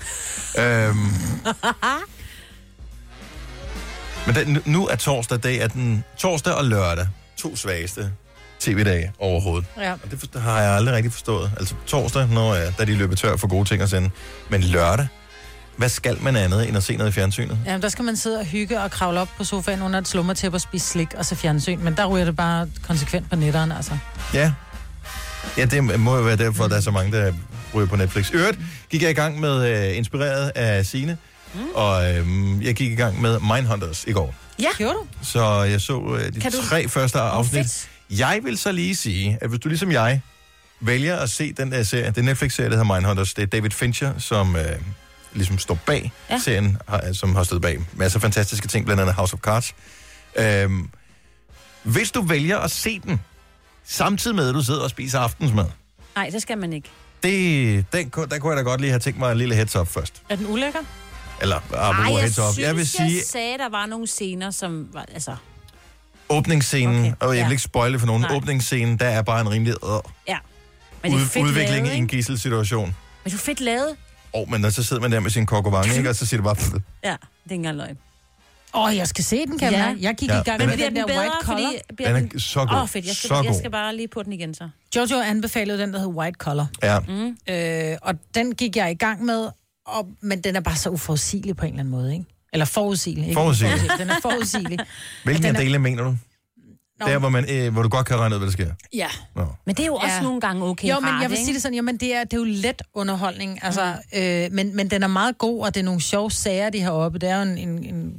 Speaker 1: øhm,
Speaker 2: [LAUGHS]
Speaker 1: men den, nu er torsdag, det er den torsdag og lørdag. To svageste tv-dage overhovedet.
Speaker 4: Ja.
Speaker 1: Og det for- har jeg aldrig rigtig forstået. Altså torsdag, når jeg, da de løber tør for gode ting at sende. Men lørdag, hvad skal man andet end at se noget i fjernsynet?
Speaker 4: Jamen, der skal man sidde og hygge og kravle op på sofaen under et slummertæppe og spise slik og så fjernsyn. Men der ryger det bare konsekvent på netteren, altså.
Speaker 1: Ja. Ja, det må jo være derfor, der er så mange, der ryger på Netflix. I Øvrigt gik jeg i gang med, uh, inspireret af Sine, mm. og øhm, jeg gik i gang med Mindhunters i går.
Speaker 4: Ja. Gjorde du?
Speaker 1: Så jeg så øh, de
Speaker 4: Kan du-
Speaker 1: tre første afsnit.
Speaker 4: fedt.
Speaker 1: Jeg vil så lige sige, at hvis du ligesom jeg vælger at se den der serie, den Netflix-serie, der hedder Mindhunters, det er David Fincher, som øh, ligesom står bag ja.
Speaker 15: Ja.
Speaker 1: serien, har- som har stået bag masser af fantastiske ting, blandt andet House of Cards. Øhm, hvis du vælger at se den, samtidig med, at du sidder og spiser aftensmad,
Speaker 2: Nej, det skal man ikke.
Speaker 1: det, den, ku- der kunne jeg da godt lige have tænkt mig en lille heads up først.
Speaker 4: Er den ulækker?
Speaker 1: Eller apropos
Speaker 2: Ej, jeg
Speaker 1: heads up.
Speaker 2: synes,
Speaker 1: Jeg vil sige,
Speaker 2: jeg sagde, der var nogle scener, som var, altså,
Speaker 1: åbningsscenen, okay. og jeg vil
Speaker 2: ja.
Speaker 1: ikke spoile for nogen,
Speaker 2: Nej.
Speaker 1: åbningsscenen, der er bare en rimelig øh,
Speaker 2: ja. Men det er
Speaker 1: ud,
Speaker 2: fedt
Speaker 1: udvikling
Speaker 2: lavet,
Speaker 1: i
Speaker 2: ikke?
Speaker 1: en gisselsituation.
Speaker 2: Men du er fedt lavet.
Speaker 1: Og men når så sidder man der med sin kokovang, ikke? og så siger det bare... pff.
Speaker 2: Ja, det er ikke engang løgn.
Speaker 4: Åh, oh, jeg skal se den, kan
Speaker 2: Ja.
Speaker 4: jeg? Jeg gik
Speaker 1: Ja,
Speaker 4: i gang
Speaker 1: den
Speaker 4: med
Speaker 1: er-
Speaker 2: Bliver
Speaker 4: den
Speaker 2: den
Speaker 4: der
Speaker 2: bedre,
Speaker 4: white collar.
Speaker 2: fordi...
Speaker 1: Den er så god.
Speaker 2: Åh, fedt. Jeg skal,
Speaker 1: Så
Speaker 2: jeg
Speaker 1: god.
Speaker 2: skal bare lige på den igen så.
Speaker 4: Jojo anbefalede den, der hed White Collar.
Speaker 1: Ja.
Speaker 4: Mm. Øh, og den gik jeg i gang med, og, men den er bare så uforudsigelig på en eller anden måde, ikke? Eller forudsigelig, ikke?
Speaker 1: Forudsigelig.
Speaker 4: Den er forudsigelig.
Speaker 1: Hvilken af
Speaker 4: Den er-
Speaker 1: delene mener du?
Speaker 4: Nå.
Speaker 1: Der, hvor, man, øh, hvor du godt kan regne ud, hvad der sker.
Speaker 4: [LAUGHS] Ja.
Speaker 1: Nå.
Speaker 2: Men det er jo også nogle gange okay
Speaker 4: Jo, men
Speaker 2: rart,
Speaker 4: jeg vil sige
Speaker 2: ikke?
Speaker 4: det sådan, jamen det er, det er jo let underholdning, altså, øh, men, men den er meget god, og det er nogle sjove sager, de har oppe. Det er jo en, en, en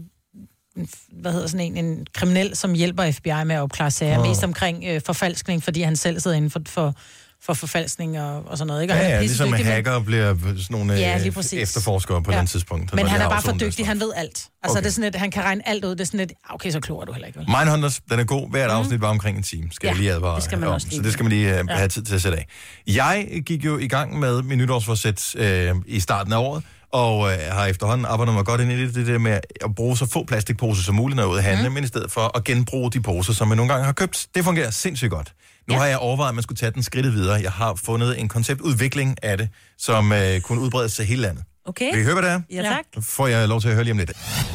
Speaker 4: en- hvad hedder sådan en, en kriminel, som hjælper FBI med at opklare sager,
Speaker 1: Åh.
Speaker 4: oh. mest omkring øh, forfalskning, fordi han selv sidder inden for, for, for forfalskning og, og sådan noget. Ikke? Og
Speaker 1: Ja,
Speaker 4: han
Speaker 1: ja,
Speaker 4: er
Speaker 1: ligesom med
Speaker 4: pissedygtig, men-
Speaker 1: hacker bliver sådan nogle
Speaker 4: Ja,
Speaker 1: ja,
Speaker 4: lige præcis.
Speaker 1: efterforskere på ja. et eller andet tidspunkt.
Speaker 4: Men
Speaker 1: Hvor
Speaker 4: han
Speaker 1: de
Speaker 4: er
Speaker 1: har
Speaker 4: bare for
Speaker 1: sådan deres-
Speaker 4: dygtig, han ved alt. Altså,
Speaker 1: Okay.
Speaker 4: okay. det er sådan lidt, han kan regne alt ud. Det er sådan lidt, okay, så kloger du heller ikke, vel?
Speaker 1: Mindhunters, den er god. Hvert afsnit var omkring en time, skal ja,
Speaker 4: Mhm. Ja,
Speaker 1: jeg lige advare
Speaker 4: det skal man
Speaker 1: om.
Speaker 4: også lige.
Speaker 1: Så det skal man lige øh,
Speaker 4: Ja.
Speaker 1: have tid til at sætte af. Jeg gik jo i gang med min nytårsforsæt øh, i starten af året, og øh, har efterhånden arbejdet mig godt ind i det, det der med at bruge så få plastikposer som muligt, når jeg er ude at
Speaker 4: Mhm.
Speaker 1: handle, mm. men i stedet for at genbruge de poser, som jeg nogle gange har købt. Det fungerer sindssygt godt. Nu ja. har jeg overvejet, at man skulle tage den skridtet videre. Jeg har fundet en konceptudvikling af det, som øh, kunne udbredes til hele landet.
Speaker 2: Okay.
Speaker 1: Vil I høre, hvad det er?
Speaker 2: Ja, tak.
Speaker 1: Nu får jeg lov til at høre lige om lidt.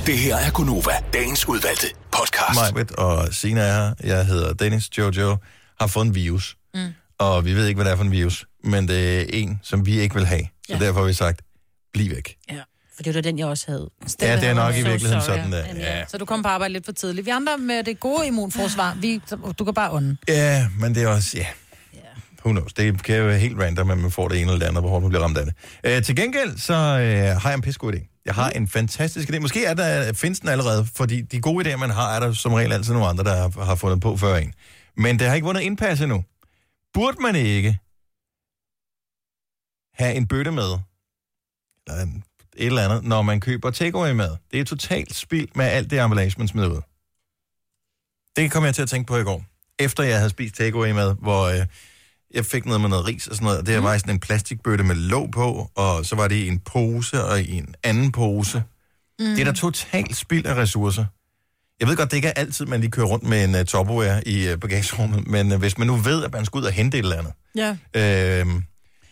Speaker 6: Det her er Gunova, dagens udvalgte podcast.
Speaker 1: Majbet og Sina er her. Jeg hedder Dennis Jojo. Har fået en virus.
Speaker 6: Mm.
Speaker 1: Og vi ved ikke, hvad det er for en virus. Men det er en, som vi ikke vil have. Så
Speaker 2: Ja.
Speaker 1: derfor har vi sagt, bliv væk.
Speaker 2: For det var den, jeg også havde.
Speaker 1: Ja, det er nok i
Speaker 4: So
Speaker 1: virkeligheden
Speaker 4: sorry.
Speaker 1: sådan, der. Ja.
Speaker 4: Så du kom på arbejde lidt for tidligt. Vi andre med det gode immunforsvar, vi, du kan bare ånde.
Speaker 1: Ja, men det er også, ja. Who knows? Det kan jo være helt random, at man får det ene eller det andet, hvor hårdt man bliver ramt af det. Øh, til gengæld, så øh, har jeg en pissegod idé. Jeg har en fantastisk idé. Måske er der, findes den allerede, fordi de gode idéer, man har, er der som regel altid nogle andre, der har, har fundet på før en. Men det har ikke vundet indpas endnu. Burde man ikke have en bøtte med, eller en, et eller andet, når man køber takeaway mad? Det er totalt spild med alt det emballage, man smider ud. Det kom jeg til at tænke på i går efter jeg havde spist takeaway mad, hvor øh, jeg fik noget med noget ris og sådan noget. og Det var i sådan en plastikbøtte med låg på, og så var det i en pose og i en anden pose. Mm. Det er da totalt spild af ressourcer. Jeg ved godt, det ikke er altid, man lige kører rundt med en uh, topware i uh, bagagerummet, men uh, hvis man nu ved, at man skal ud og hente et eller andet.
Speaker 4: Ja.
Speaker 1: Øh,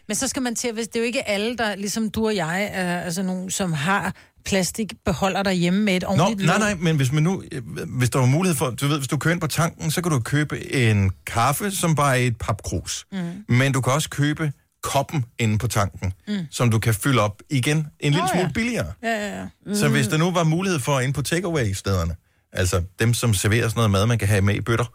Speaker 4: Men så skal man til, hvis det er jo ikke alle, der ligesom du og jeg, er, altså nogen, som har plastikbeholder derhjemme med et
Speaker 1: nå,
Speaker 4: ordentligt
Speaker 1: nej,
Speaker 4: låg.
Speaker 1: nej, men hvis man nu, øh, hvis der var mulighed for, du ved, hvis du kører ind på tanken, så kan du købe en kaffe, som bare er et papkrus.
Speaker 6: Mm.
Speaker 1: Men du kan også købe koppen inde på tanken, mm. som du kan fylde op igen en lille
Speaker 4: Nå,
Speaker 1: smule
Speaker 4: ja.
Speaker 1: billigere.
Speaker 4: Ja, ja, ja.
Speaker 1: Mm. Så hvis der nu var mulighed for inde på takeaway-stederne, altså dem, som serverer sådan noget mad, man kan have med i bøtter,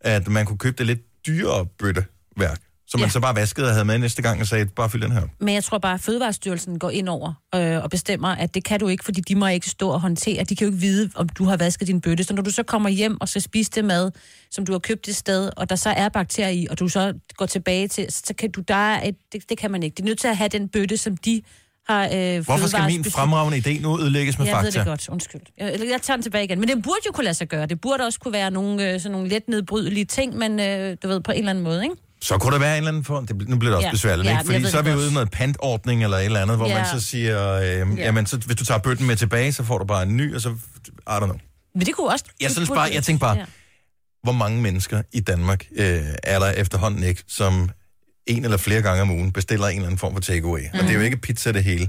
Speaker 1: at man kunne købe det lidt dyrere bøtteværk, som man
Speaker 2: Ja.
Speaker 1: så bare vaskede og havde med næste gang og sagde, bare fyld den her.
Speaker 2: Men jeg tror bare, at Fødevarestyrelsen går ind over øh, og bestemmer, at det kan du ikke, fordi de må ikke stå og håndtere. De kan jo ikke vide, om du har vasket din bøtte. Så når du så kommer hjem og så spiser det mad, som du har købt et sted, og der så er bakterier i, og du så går tilbage til, så kan du, der er et, det, det kan man ikke. Det er nødt til at have den bøtte, som de har øh,
Speaker 1: Hvorfor skal min
Speaker 2: fødevarespeci-
Speaker 1: fremragende idé nu ødelægges med
Speaker 2: jeg
Speaker 1: fakta?
Speaker 2: ved det godt, undskyld. Jeg, eller jeg tager den tilbage igen. Men det burde jo kunne lade sig gøre. Det burde også kunne være nogle, øh, sådan nogle let nedbrydelige ting, men øh, du ved, på en eller anden måde, ikke?
Speaker 1: Så kunne der være en eller anden form, det, bl- nu bliver det også ja.
Speaker 2: Ja.
Speaker 1: besværligt,
Speaker 2: Ja,
Speaker 1: ja,
Speaker 2: men
Speaker 1: ikke? fordi
Speaker 2: jeg ved
Speaker 1: så er
Speaker 2: det
Speaker 1: vi
Speaker 2: godt.
Speaker 1: ude i noget pantordning eller et eller andet, hvor ja.
Speaker 2: Ja.
Speaker 1: man så siger, øh, ja. jamen så, hvis du tager bøtten med tilbage, så får du bare en ny, og så, I don't know.
Speaker 2: Men det kunne også...
Speaker 1: Jeg
Speaker 2: det
Speaker 1: synes
Speaker 2: burde
Speaker 1: bare,
Speaker 2: jo-
Speaker 1: jeg tænker bare,
Speaker 2: Ja.
Speaker 1: hvor mange mennesker i Danmark øh, er der efterhånden ikke, som en eller flere gange om ugen bestiller en eller anden form for takeaway. Mm. Og det er jo ikke pizza det hele.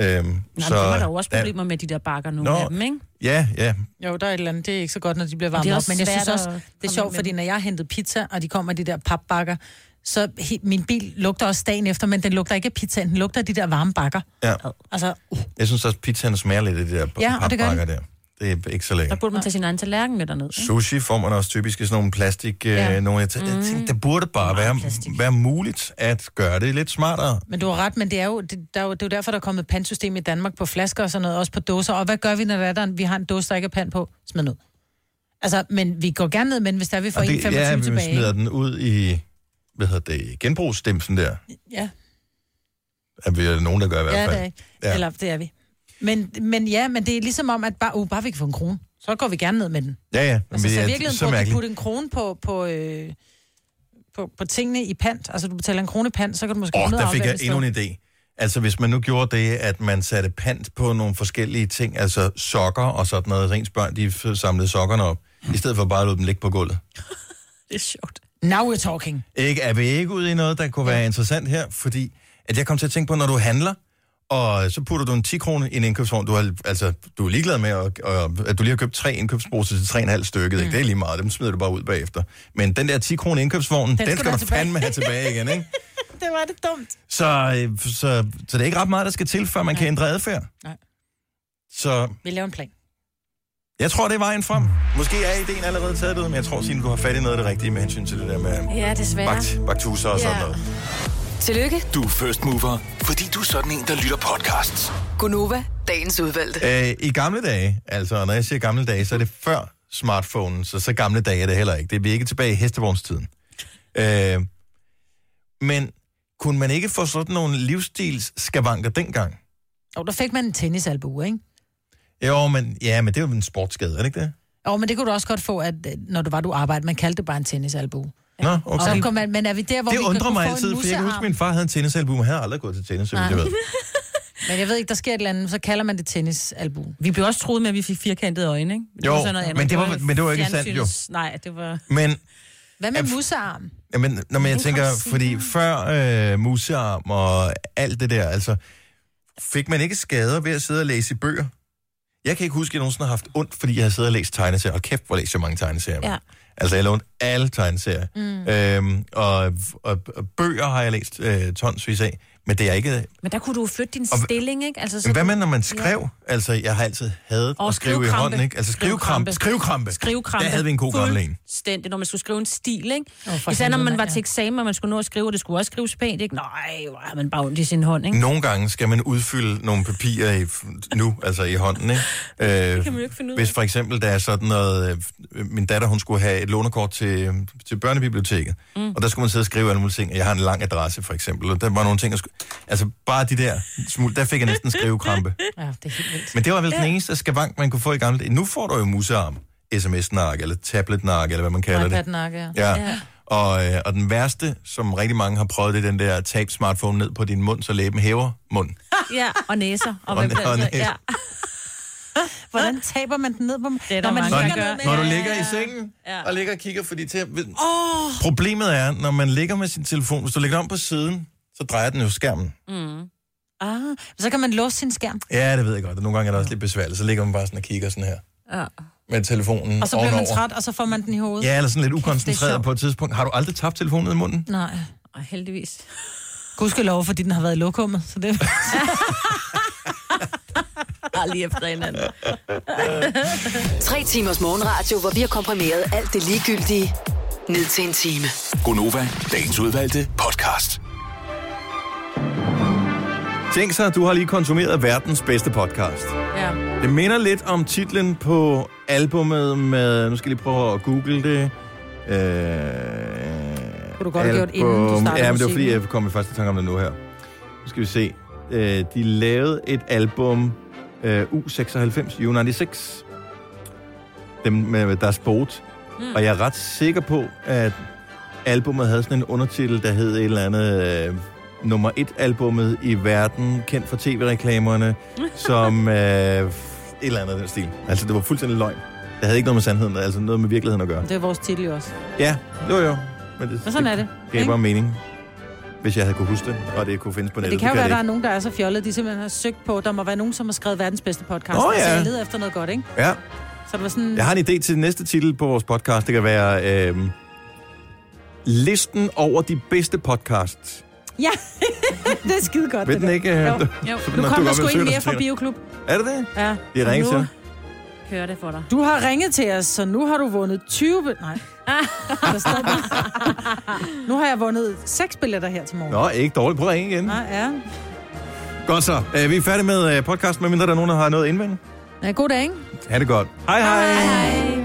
Speaker 1: Øhm,
Speaker 2: Nej, så, men kommer der jo også problemer med de der bakker nu.
Speaker 1: Nå.
Speaker 2: Af dem, ikke?
Speaker 1: Ja, ja.
Speaker 4: Jo, der er et eller andet. Det er ikke så godt, når de bliver
Speaker 2: Det
Speaker 4: varmet
Speaker 2: er
Speaker 4: op.
Speaker 2: også
Speaker 4: Men jeg synes
Speaker 2: svært at
Speaker 4: også, det er
Speaker 2: komme
Speaker 4: sjovt,
Speaker 2: ind
Speaker 4: fordi når jeg hentede pizza, og de kommer i de der papbakker, så he, min bil lugter også dagen efter, men den lugter ikke af pizzaen, den lugter af de der varme bakker.
Speaker 1: ja.
Speaker 4: Altså,
Speaker 1: Jeg synes også, pizzaen smager lidt af de der
Speaker 4: Ja, og det gør
Speaker 1: papbakker der. Det er ikke så lækkert.
Speaker 2: Der burde man tage sin egen tallerken med derned. ikke?
Speaker 1: Sushi får man også typisk i sådan nogle plastik... Ja.
Speaker 2: Ja.
Speaker 1: Øh, nogle, jeg, tæ- jeg
Speaker 4: Mm.
Speaker 1: tænkte, det burde bare være, være muligt at gøre det lidt smartere.
Speaker 4: Men du har ret, men det er jo, det, der er jo, det er jo derfor, der er kommet et pantsystem i Danmark på flasker og sådan noget, også på dåser. Og hvad gør vi, når der er der, en- vi har en dåse, der ikke er pant på? Smid den ud. Altså, men vi går gerne ned, men hvis der er, vi får
Speaker 1: Og det-
Speaker 4: 1,25
Speaker 1: ja, vi
Speaker 4: tilbage.
Speaker 1: smider
Speaker 4: ikke?
Speaker 1: den ud i, hvad hedder det, genbrugsstemsen der.
Speaker 4: Ja,
Speaker 1: Er vi er nogen, der gør i hvert
Speaker 4: ja,
Speaker 1: fald.
Speaker 4: det er, ikke. ja. Eller, det er vi. Men, men ja, men det er ligesom om, at bare, uh, bare vi kan få en krone, så går vi gerne ned med den.
Speaker 1: Ja, ja. Men
Speaker 4: Altså, så
Speaker 1: det er
Speaker 4: virkelig
Speaker 1: så
Speaker 4: prøver at
Speaker 1: mærkeligt.
Speaker 4: putte en krone på, på, øh, på, på tingene i pant. Altså, du betaler en krone i pant, så kan du måske
Speaker 1: Åh,
Speaker 4: gå
Speaker 1: oh,
Speaker 4: ned og
Speaker 1: der fik
Speaker 4: aflevere
Speaker 1: jeg
Speaker 4: det
Speaker 1: endnu
Speaker 4: sted.
Speaker 1: en idé. Altså, hvis man nu gjorde det, at man satte pant på nogle forskellige ting, altså sokker og sådan noget, så ens børn, de f- samlede sokkerne op, i stedet for bare at lade dem ligge på gulvet.
Speaker 2: Det er sjovt.
Speaker 4: Now we're talking.
Speaker 1: Ikke, er vi ikke ude i noget, der kunne være interessant her? Fordi at jeg kom til at tænke på, når du handler, og så putter du en 10 kroner i en indkøbsvogn. Du er, altså, du er ligeglad med, at, og, at du lige har købt tre indkøbsposer til 3,5 stykket. Ikke? Det er lige meget. Dem smider du bare ud bagefter. Men den der 10 kroner indkøbsvognen, den, den skal du
Speaker 4: have tilbage.
Speaker 1: fandme have tilbage igen. Ikke?
Speaker 4: Det var det dumt.
Speaker 1: Så, øh, så, så det er ikke ret meget, der skal til, før man kan ændre adfærd.
Speaker 4: Nej.
Speaker 1: Så
Speaker 4: Vi laver en plan.
Speaker 1: jeg tror, det er vejen frem. Måske er ideen allerede taget ud, men jeg tror, Signe, du har fat i noget af det rigtige med hensyn til det der med
Speaker 2: Ja, desværre.
Speaker 1: bakt, baktuser og sådan
Speaker 5: Ja.
Speaker 1: noget.
Speaker 5: Tillykke,
Speaker 6: Du er first mover, fordi du er sådan en, der lytter podcasts.
Speaker 5: Gunova, dagens udvalgte.
Speaker 1: Øh, I gamle dage, altså når jeg siger gamle dage, så er det før smartphonen, så så gamle dage er det heller ikke. Det er vi ikke tilbage i hestevognstiden. Øh, men kunne man ikke få sådan nogle livsstilsskavanker dengang?
Speaker 4: Og der fik man en tennisalbue, ikke?
Speaker 1: Jo, men, ja, men det er jo en sportsskade, er det ikke det?
Speaker 4: Og men det kunne du også godt få, at øh, når du var du arbejdede, man kaldte det bare en tennisalbue.
Speaker 1: Nå,
Speaker 4: Og så
Speaker 1: okay.
Speaker 4: kom man, men er vi der, hvor
Speaker 1: det
Speaker 4: vi kan
Speaker 1: undrer
Speaker 4: kunne
Speaker 1: mig
Speaker 4: få
Speaker 1: altid,
Speaker 4: en
Speaker 1: for jeg kan huske,
Speaker 4: musearm?
Speaker 1: at min far havde en tennisalbum, og han havde aldrig gået til tennis, som jeg
Speaker 4: Nej. [LAUGHS]
Speaker 1: ved.
Speaker 4: Men jeg ved ikke, der sker et eller andet, så kalder man det tennisalbue.
Speaker 2: Vi blev også troet med, at vi fik firkantede øjne, ikke?
Speaker 1: Jo,
Speaker 2: sådan noget andet.
Speaker 1: men det var- men det var ikke sandt, jo.
Speaker 2: fjernsynets- Nej, det var...
Speaker 1: Men,
Speaker 4: Hvad med musearm?
Speaker 1: jamen, når man, jeg
Speaker 4: Den kom
Speaker 1: tænker,
Speaker 4: senere.
Speaker 1: fordi før øh, musearm og alt det der, altså, fik man ikke skader ved at sidde og læse i bøger? Jeg kan ikke huske, at jeg nogensinde har haft ondt, fordi jeg har siddet og læst tegneserier. Og kæft, hvor læser jeg mange tegneserier. mand.
Speaker 2: Ja.
Speaker 1: Altså, jeg har lånt alle tegneserier. Mm. Øhm, og, og, og bøger har jeg læst øh, tonsvis af, men det er ikke...
Speaker 2: Men der kunne du jo flytte din
Speaker 1: Og hva-
Speaker 2: stilling, ikke? Altså,
Speaker 1: Hvad med, når man skrev? Ja. Altså, jeg har altid hadet
Speaker 2: Og
Speaker 1: at skrive i
Speaker 2: skrivekrampe.
Speaker 1: hånden, ikke? Altså, skrivekrampe. Skrivekrampe.
Speaker 2: Skrivekrampe.
Speaker 1: Der havde vi en god gammel en.
Speaker 2: Fuldstændig, når man skulle skrive en stil, ikke?
Speaker 4: Oh, for
Speaker 2: Især når
Speaker 4: helvede,
Speaker 2: man var
Speaker 4: ja.
Speaker 2: til eksamen, og man skulle nå at skrive, og det skulle også skrives pænt, ikke? Nej, hvor har man bare ondt i sin hånd, ikke?
Speaker 1: Nogle gange skal man udfylde nogle papirer i, nu, altså i hånden,
Speaker 2: [LAUGHS]
Speaker 1: ikke? Øh, det
Speaker 2: kan man jo ikke finde ud af.
Speaker 1: Hvis for eksempel der er sådan noget, øh, min datter hun skulle have et lånekort til, til børnebiblioteket, mm. og der skulle man sidde og skrive alle mulige ting, jeg har en lang adresse for eksempel, og der var nogle ting, jeg skulle, altså bare de der smule, der fik jeg næsten skrivekrampe.
Speaker 4: Ja, det er helt vildt.
Speaker 1: Men det var vel den eneste skavank, man kunne få i gamle dage. Nu får du jo musearm, sms-nark, eller tablet-nark, eller hvad man kalder det.
Speaker 4: iPad-nakke, ja.
Speaker 1: Ja. Og, øh, og den værste, som rigtig mange har prøvet, det er den der tab smartphone ned på din mund, så læben hæver mund.
Speaker 2: Ja, og næser.
Speaker 1: Og
Speaker 2: Og, og,
Speaker 1: næ- og
Speaker 2: og
Speaker 1: næser.
Speaker 2: Ja.
Speaker 4: Hvordan taber man den ned på... Det
Speaker 2: er der mange,
Speaker 1: Når,
Speaker 2: der gør.
Speaker 1: når du ligger i sengen ja. og ligger og kigger, fordi til...
Speaker 4: Åh!
Speaker 1: Problemet er, når man ligger med sin telefon, hvis du lægger den om på siden, så drejer den jo skærmen.
Speaker 4: Mm. Ah, så kan man låse sin skærm.
Speaker 1: Ja, det ved jeg godt. og Nogle gange er det også lidt besværligt, så ligger man bare sådan og kigger sådan her
Speaker 4: Ja.
Speaker 1: med telefonen
Speaker 4: Og så bliver man
Speaker 1: ovenover.
Speaker 4: træt, og så får man den i hovedet.
Speaker 1: Ja, eller sådan lidt
Speaker 4: Det er
Speaker 1: ukoncentreret
Speaker 4: sjovt.
Speaker 1: på et tidspunkt. Har du aldrig tabt telefonen ned i munden?
Speaker 4: Nej.
Speaker 2: Og heldigvis.
Speaker 4: Gud skal lov, fordi den har været i lokummet, så [LAUGHS] det...
Speaker 2: Bare lige efter hinanden.
Speaker 5: Tre timers morgenradio, hvor vi har komprimeret alt det ligegyldige ned til en time.
Speaker 6: Gonova, dagens udvalgte podcast.
Speaker 1: Tænk sig, at du har lige konsumeret verdens bedste podcast.
Speaker 2: Ja.
Speaker 1: Det minder lidt om titlen på albummet med... Nu skal jeg lige prøve at google det. Øh,
Speaker 4: Kunne du godt have gjort, inden du startede
Speaker 1: Ja, men det var fordi,
Speaker 4: musikken.
Speaker 1: jeg kom i første tanke om det nu her. Nu skal vi se. Øh, de lavede et album øh, U96, U96. Dem med deres boat. Mm. Og jeg er ret sikker på, at albummet havde sådan en undertitel, der hed et eller andet... Øh, nummer et albummet i verden, kendt for
Speaker 4: [LAUGHS]
Speaker 1: tv-reklamerne, som øh, et eller andet af den stil. Altså, det var fuldstændig løgn. Det havde ikke noget med sandheden, altså noget med virkeligheden at gøre.
Speaker 4: Det er vores titel jo også.
Speaker 1: Ja, jo jo. Men det,
Speaker 4: Men sådan er det,
Speaker 1: gav
Speaker 4: ikke?
Speaker 1: bare mening. hvis jeg havde kunne huske det, og det kunne findes på
Speaker 4: Men
Speaker 1: nettet.
Speaker 4: det kan jo
Speaker 1: gør
Speaker 4: være, at der er nogen, der er så fjollede, de simpelthen har søgt på. Der må være nogen, som har skrevet verdens bedste podcast.
Speaker 1: Åh, ja.
Speaker 4: Så jeg leder efter noget godt, ikke?
Speaker 1: ikke. Ja.
Speaker 4: Så det var sådan...
Speaker 1: Jeg har en idé til den næste titel på vores podcast. Det kan være øh, listen over de bedste podcasts.
Speaker 4: Ja, [LAUGHS] det er skide godt.
Speaker 1: Ved
Speaker 4: det
Speaker 1: den
Speaker 4: der.
Speaker 1: ikke, øh,
Speaker 4: Jo.
Speaker 1: du-
Speaker 4: jo.
Speaker 1: så når
Speaker 4: Nu
Speaker 1: du
Speaker 4: kom
Speaker 1: går
Speaker 4: der
Speaker 1: op
Speaker 4: sgu
Speaker 1: og søger
Speaker 4: en mere
Speaker 1: dig
Speaker 4: fra
Speaker 1: til-
Speaker 4: Bioklub.
Speaker 1: [LAUGHS] Er det det?
Speaker 4: Ja.
Speaker 1: De har ringet
Speaker 4: Og nu
Speaker 1: til.
Speaker 2: Hører det for dig.
Speaker 4: Du har ringet til os, så nu har du vundet 20... bi- Nej. [LAUGHS] Der står bare- nu har jeg vundet 6 billetter her til morgen.
Speaker 1: Nå, ikke dårligt. Prøv at ringe igen.
Speaker 4: Nej, ja.
Speaker 1: Godt så. Øh, vi er færdige med øh, podcasten, medmindre der er nogen, der har noget indvendt.
Speaker 4: Ja, god dag, ikke?
Speaker 1: Ha' det godt. Hej hej. hej, hej.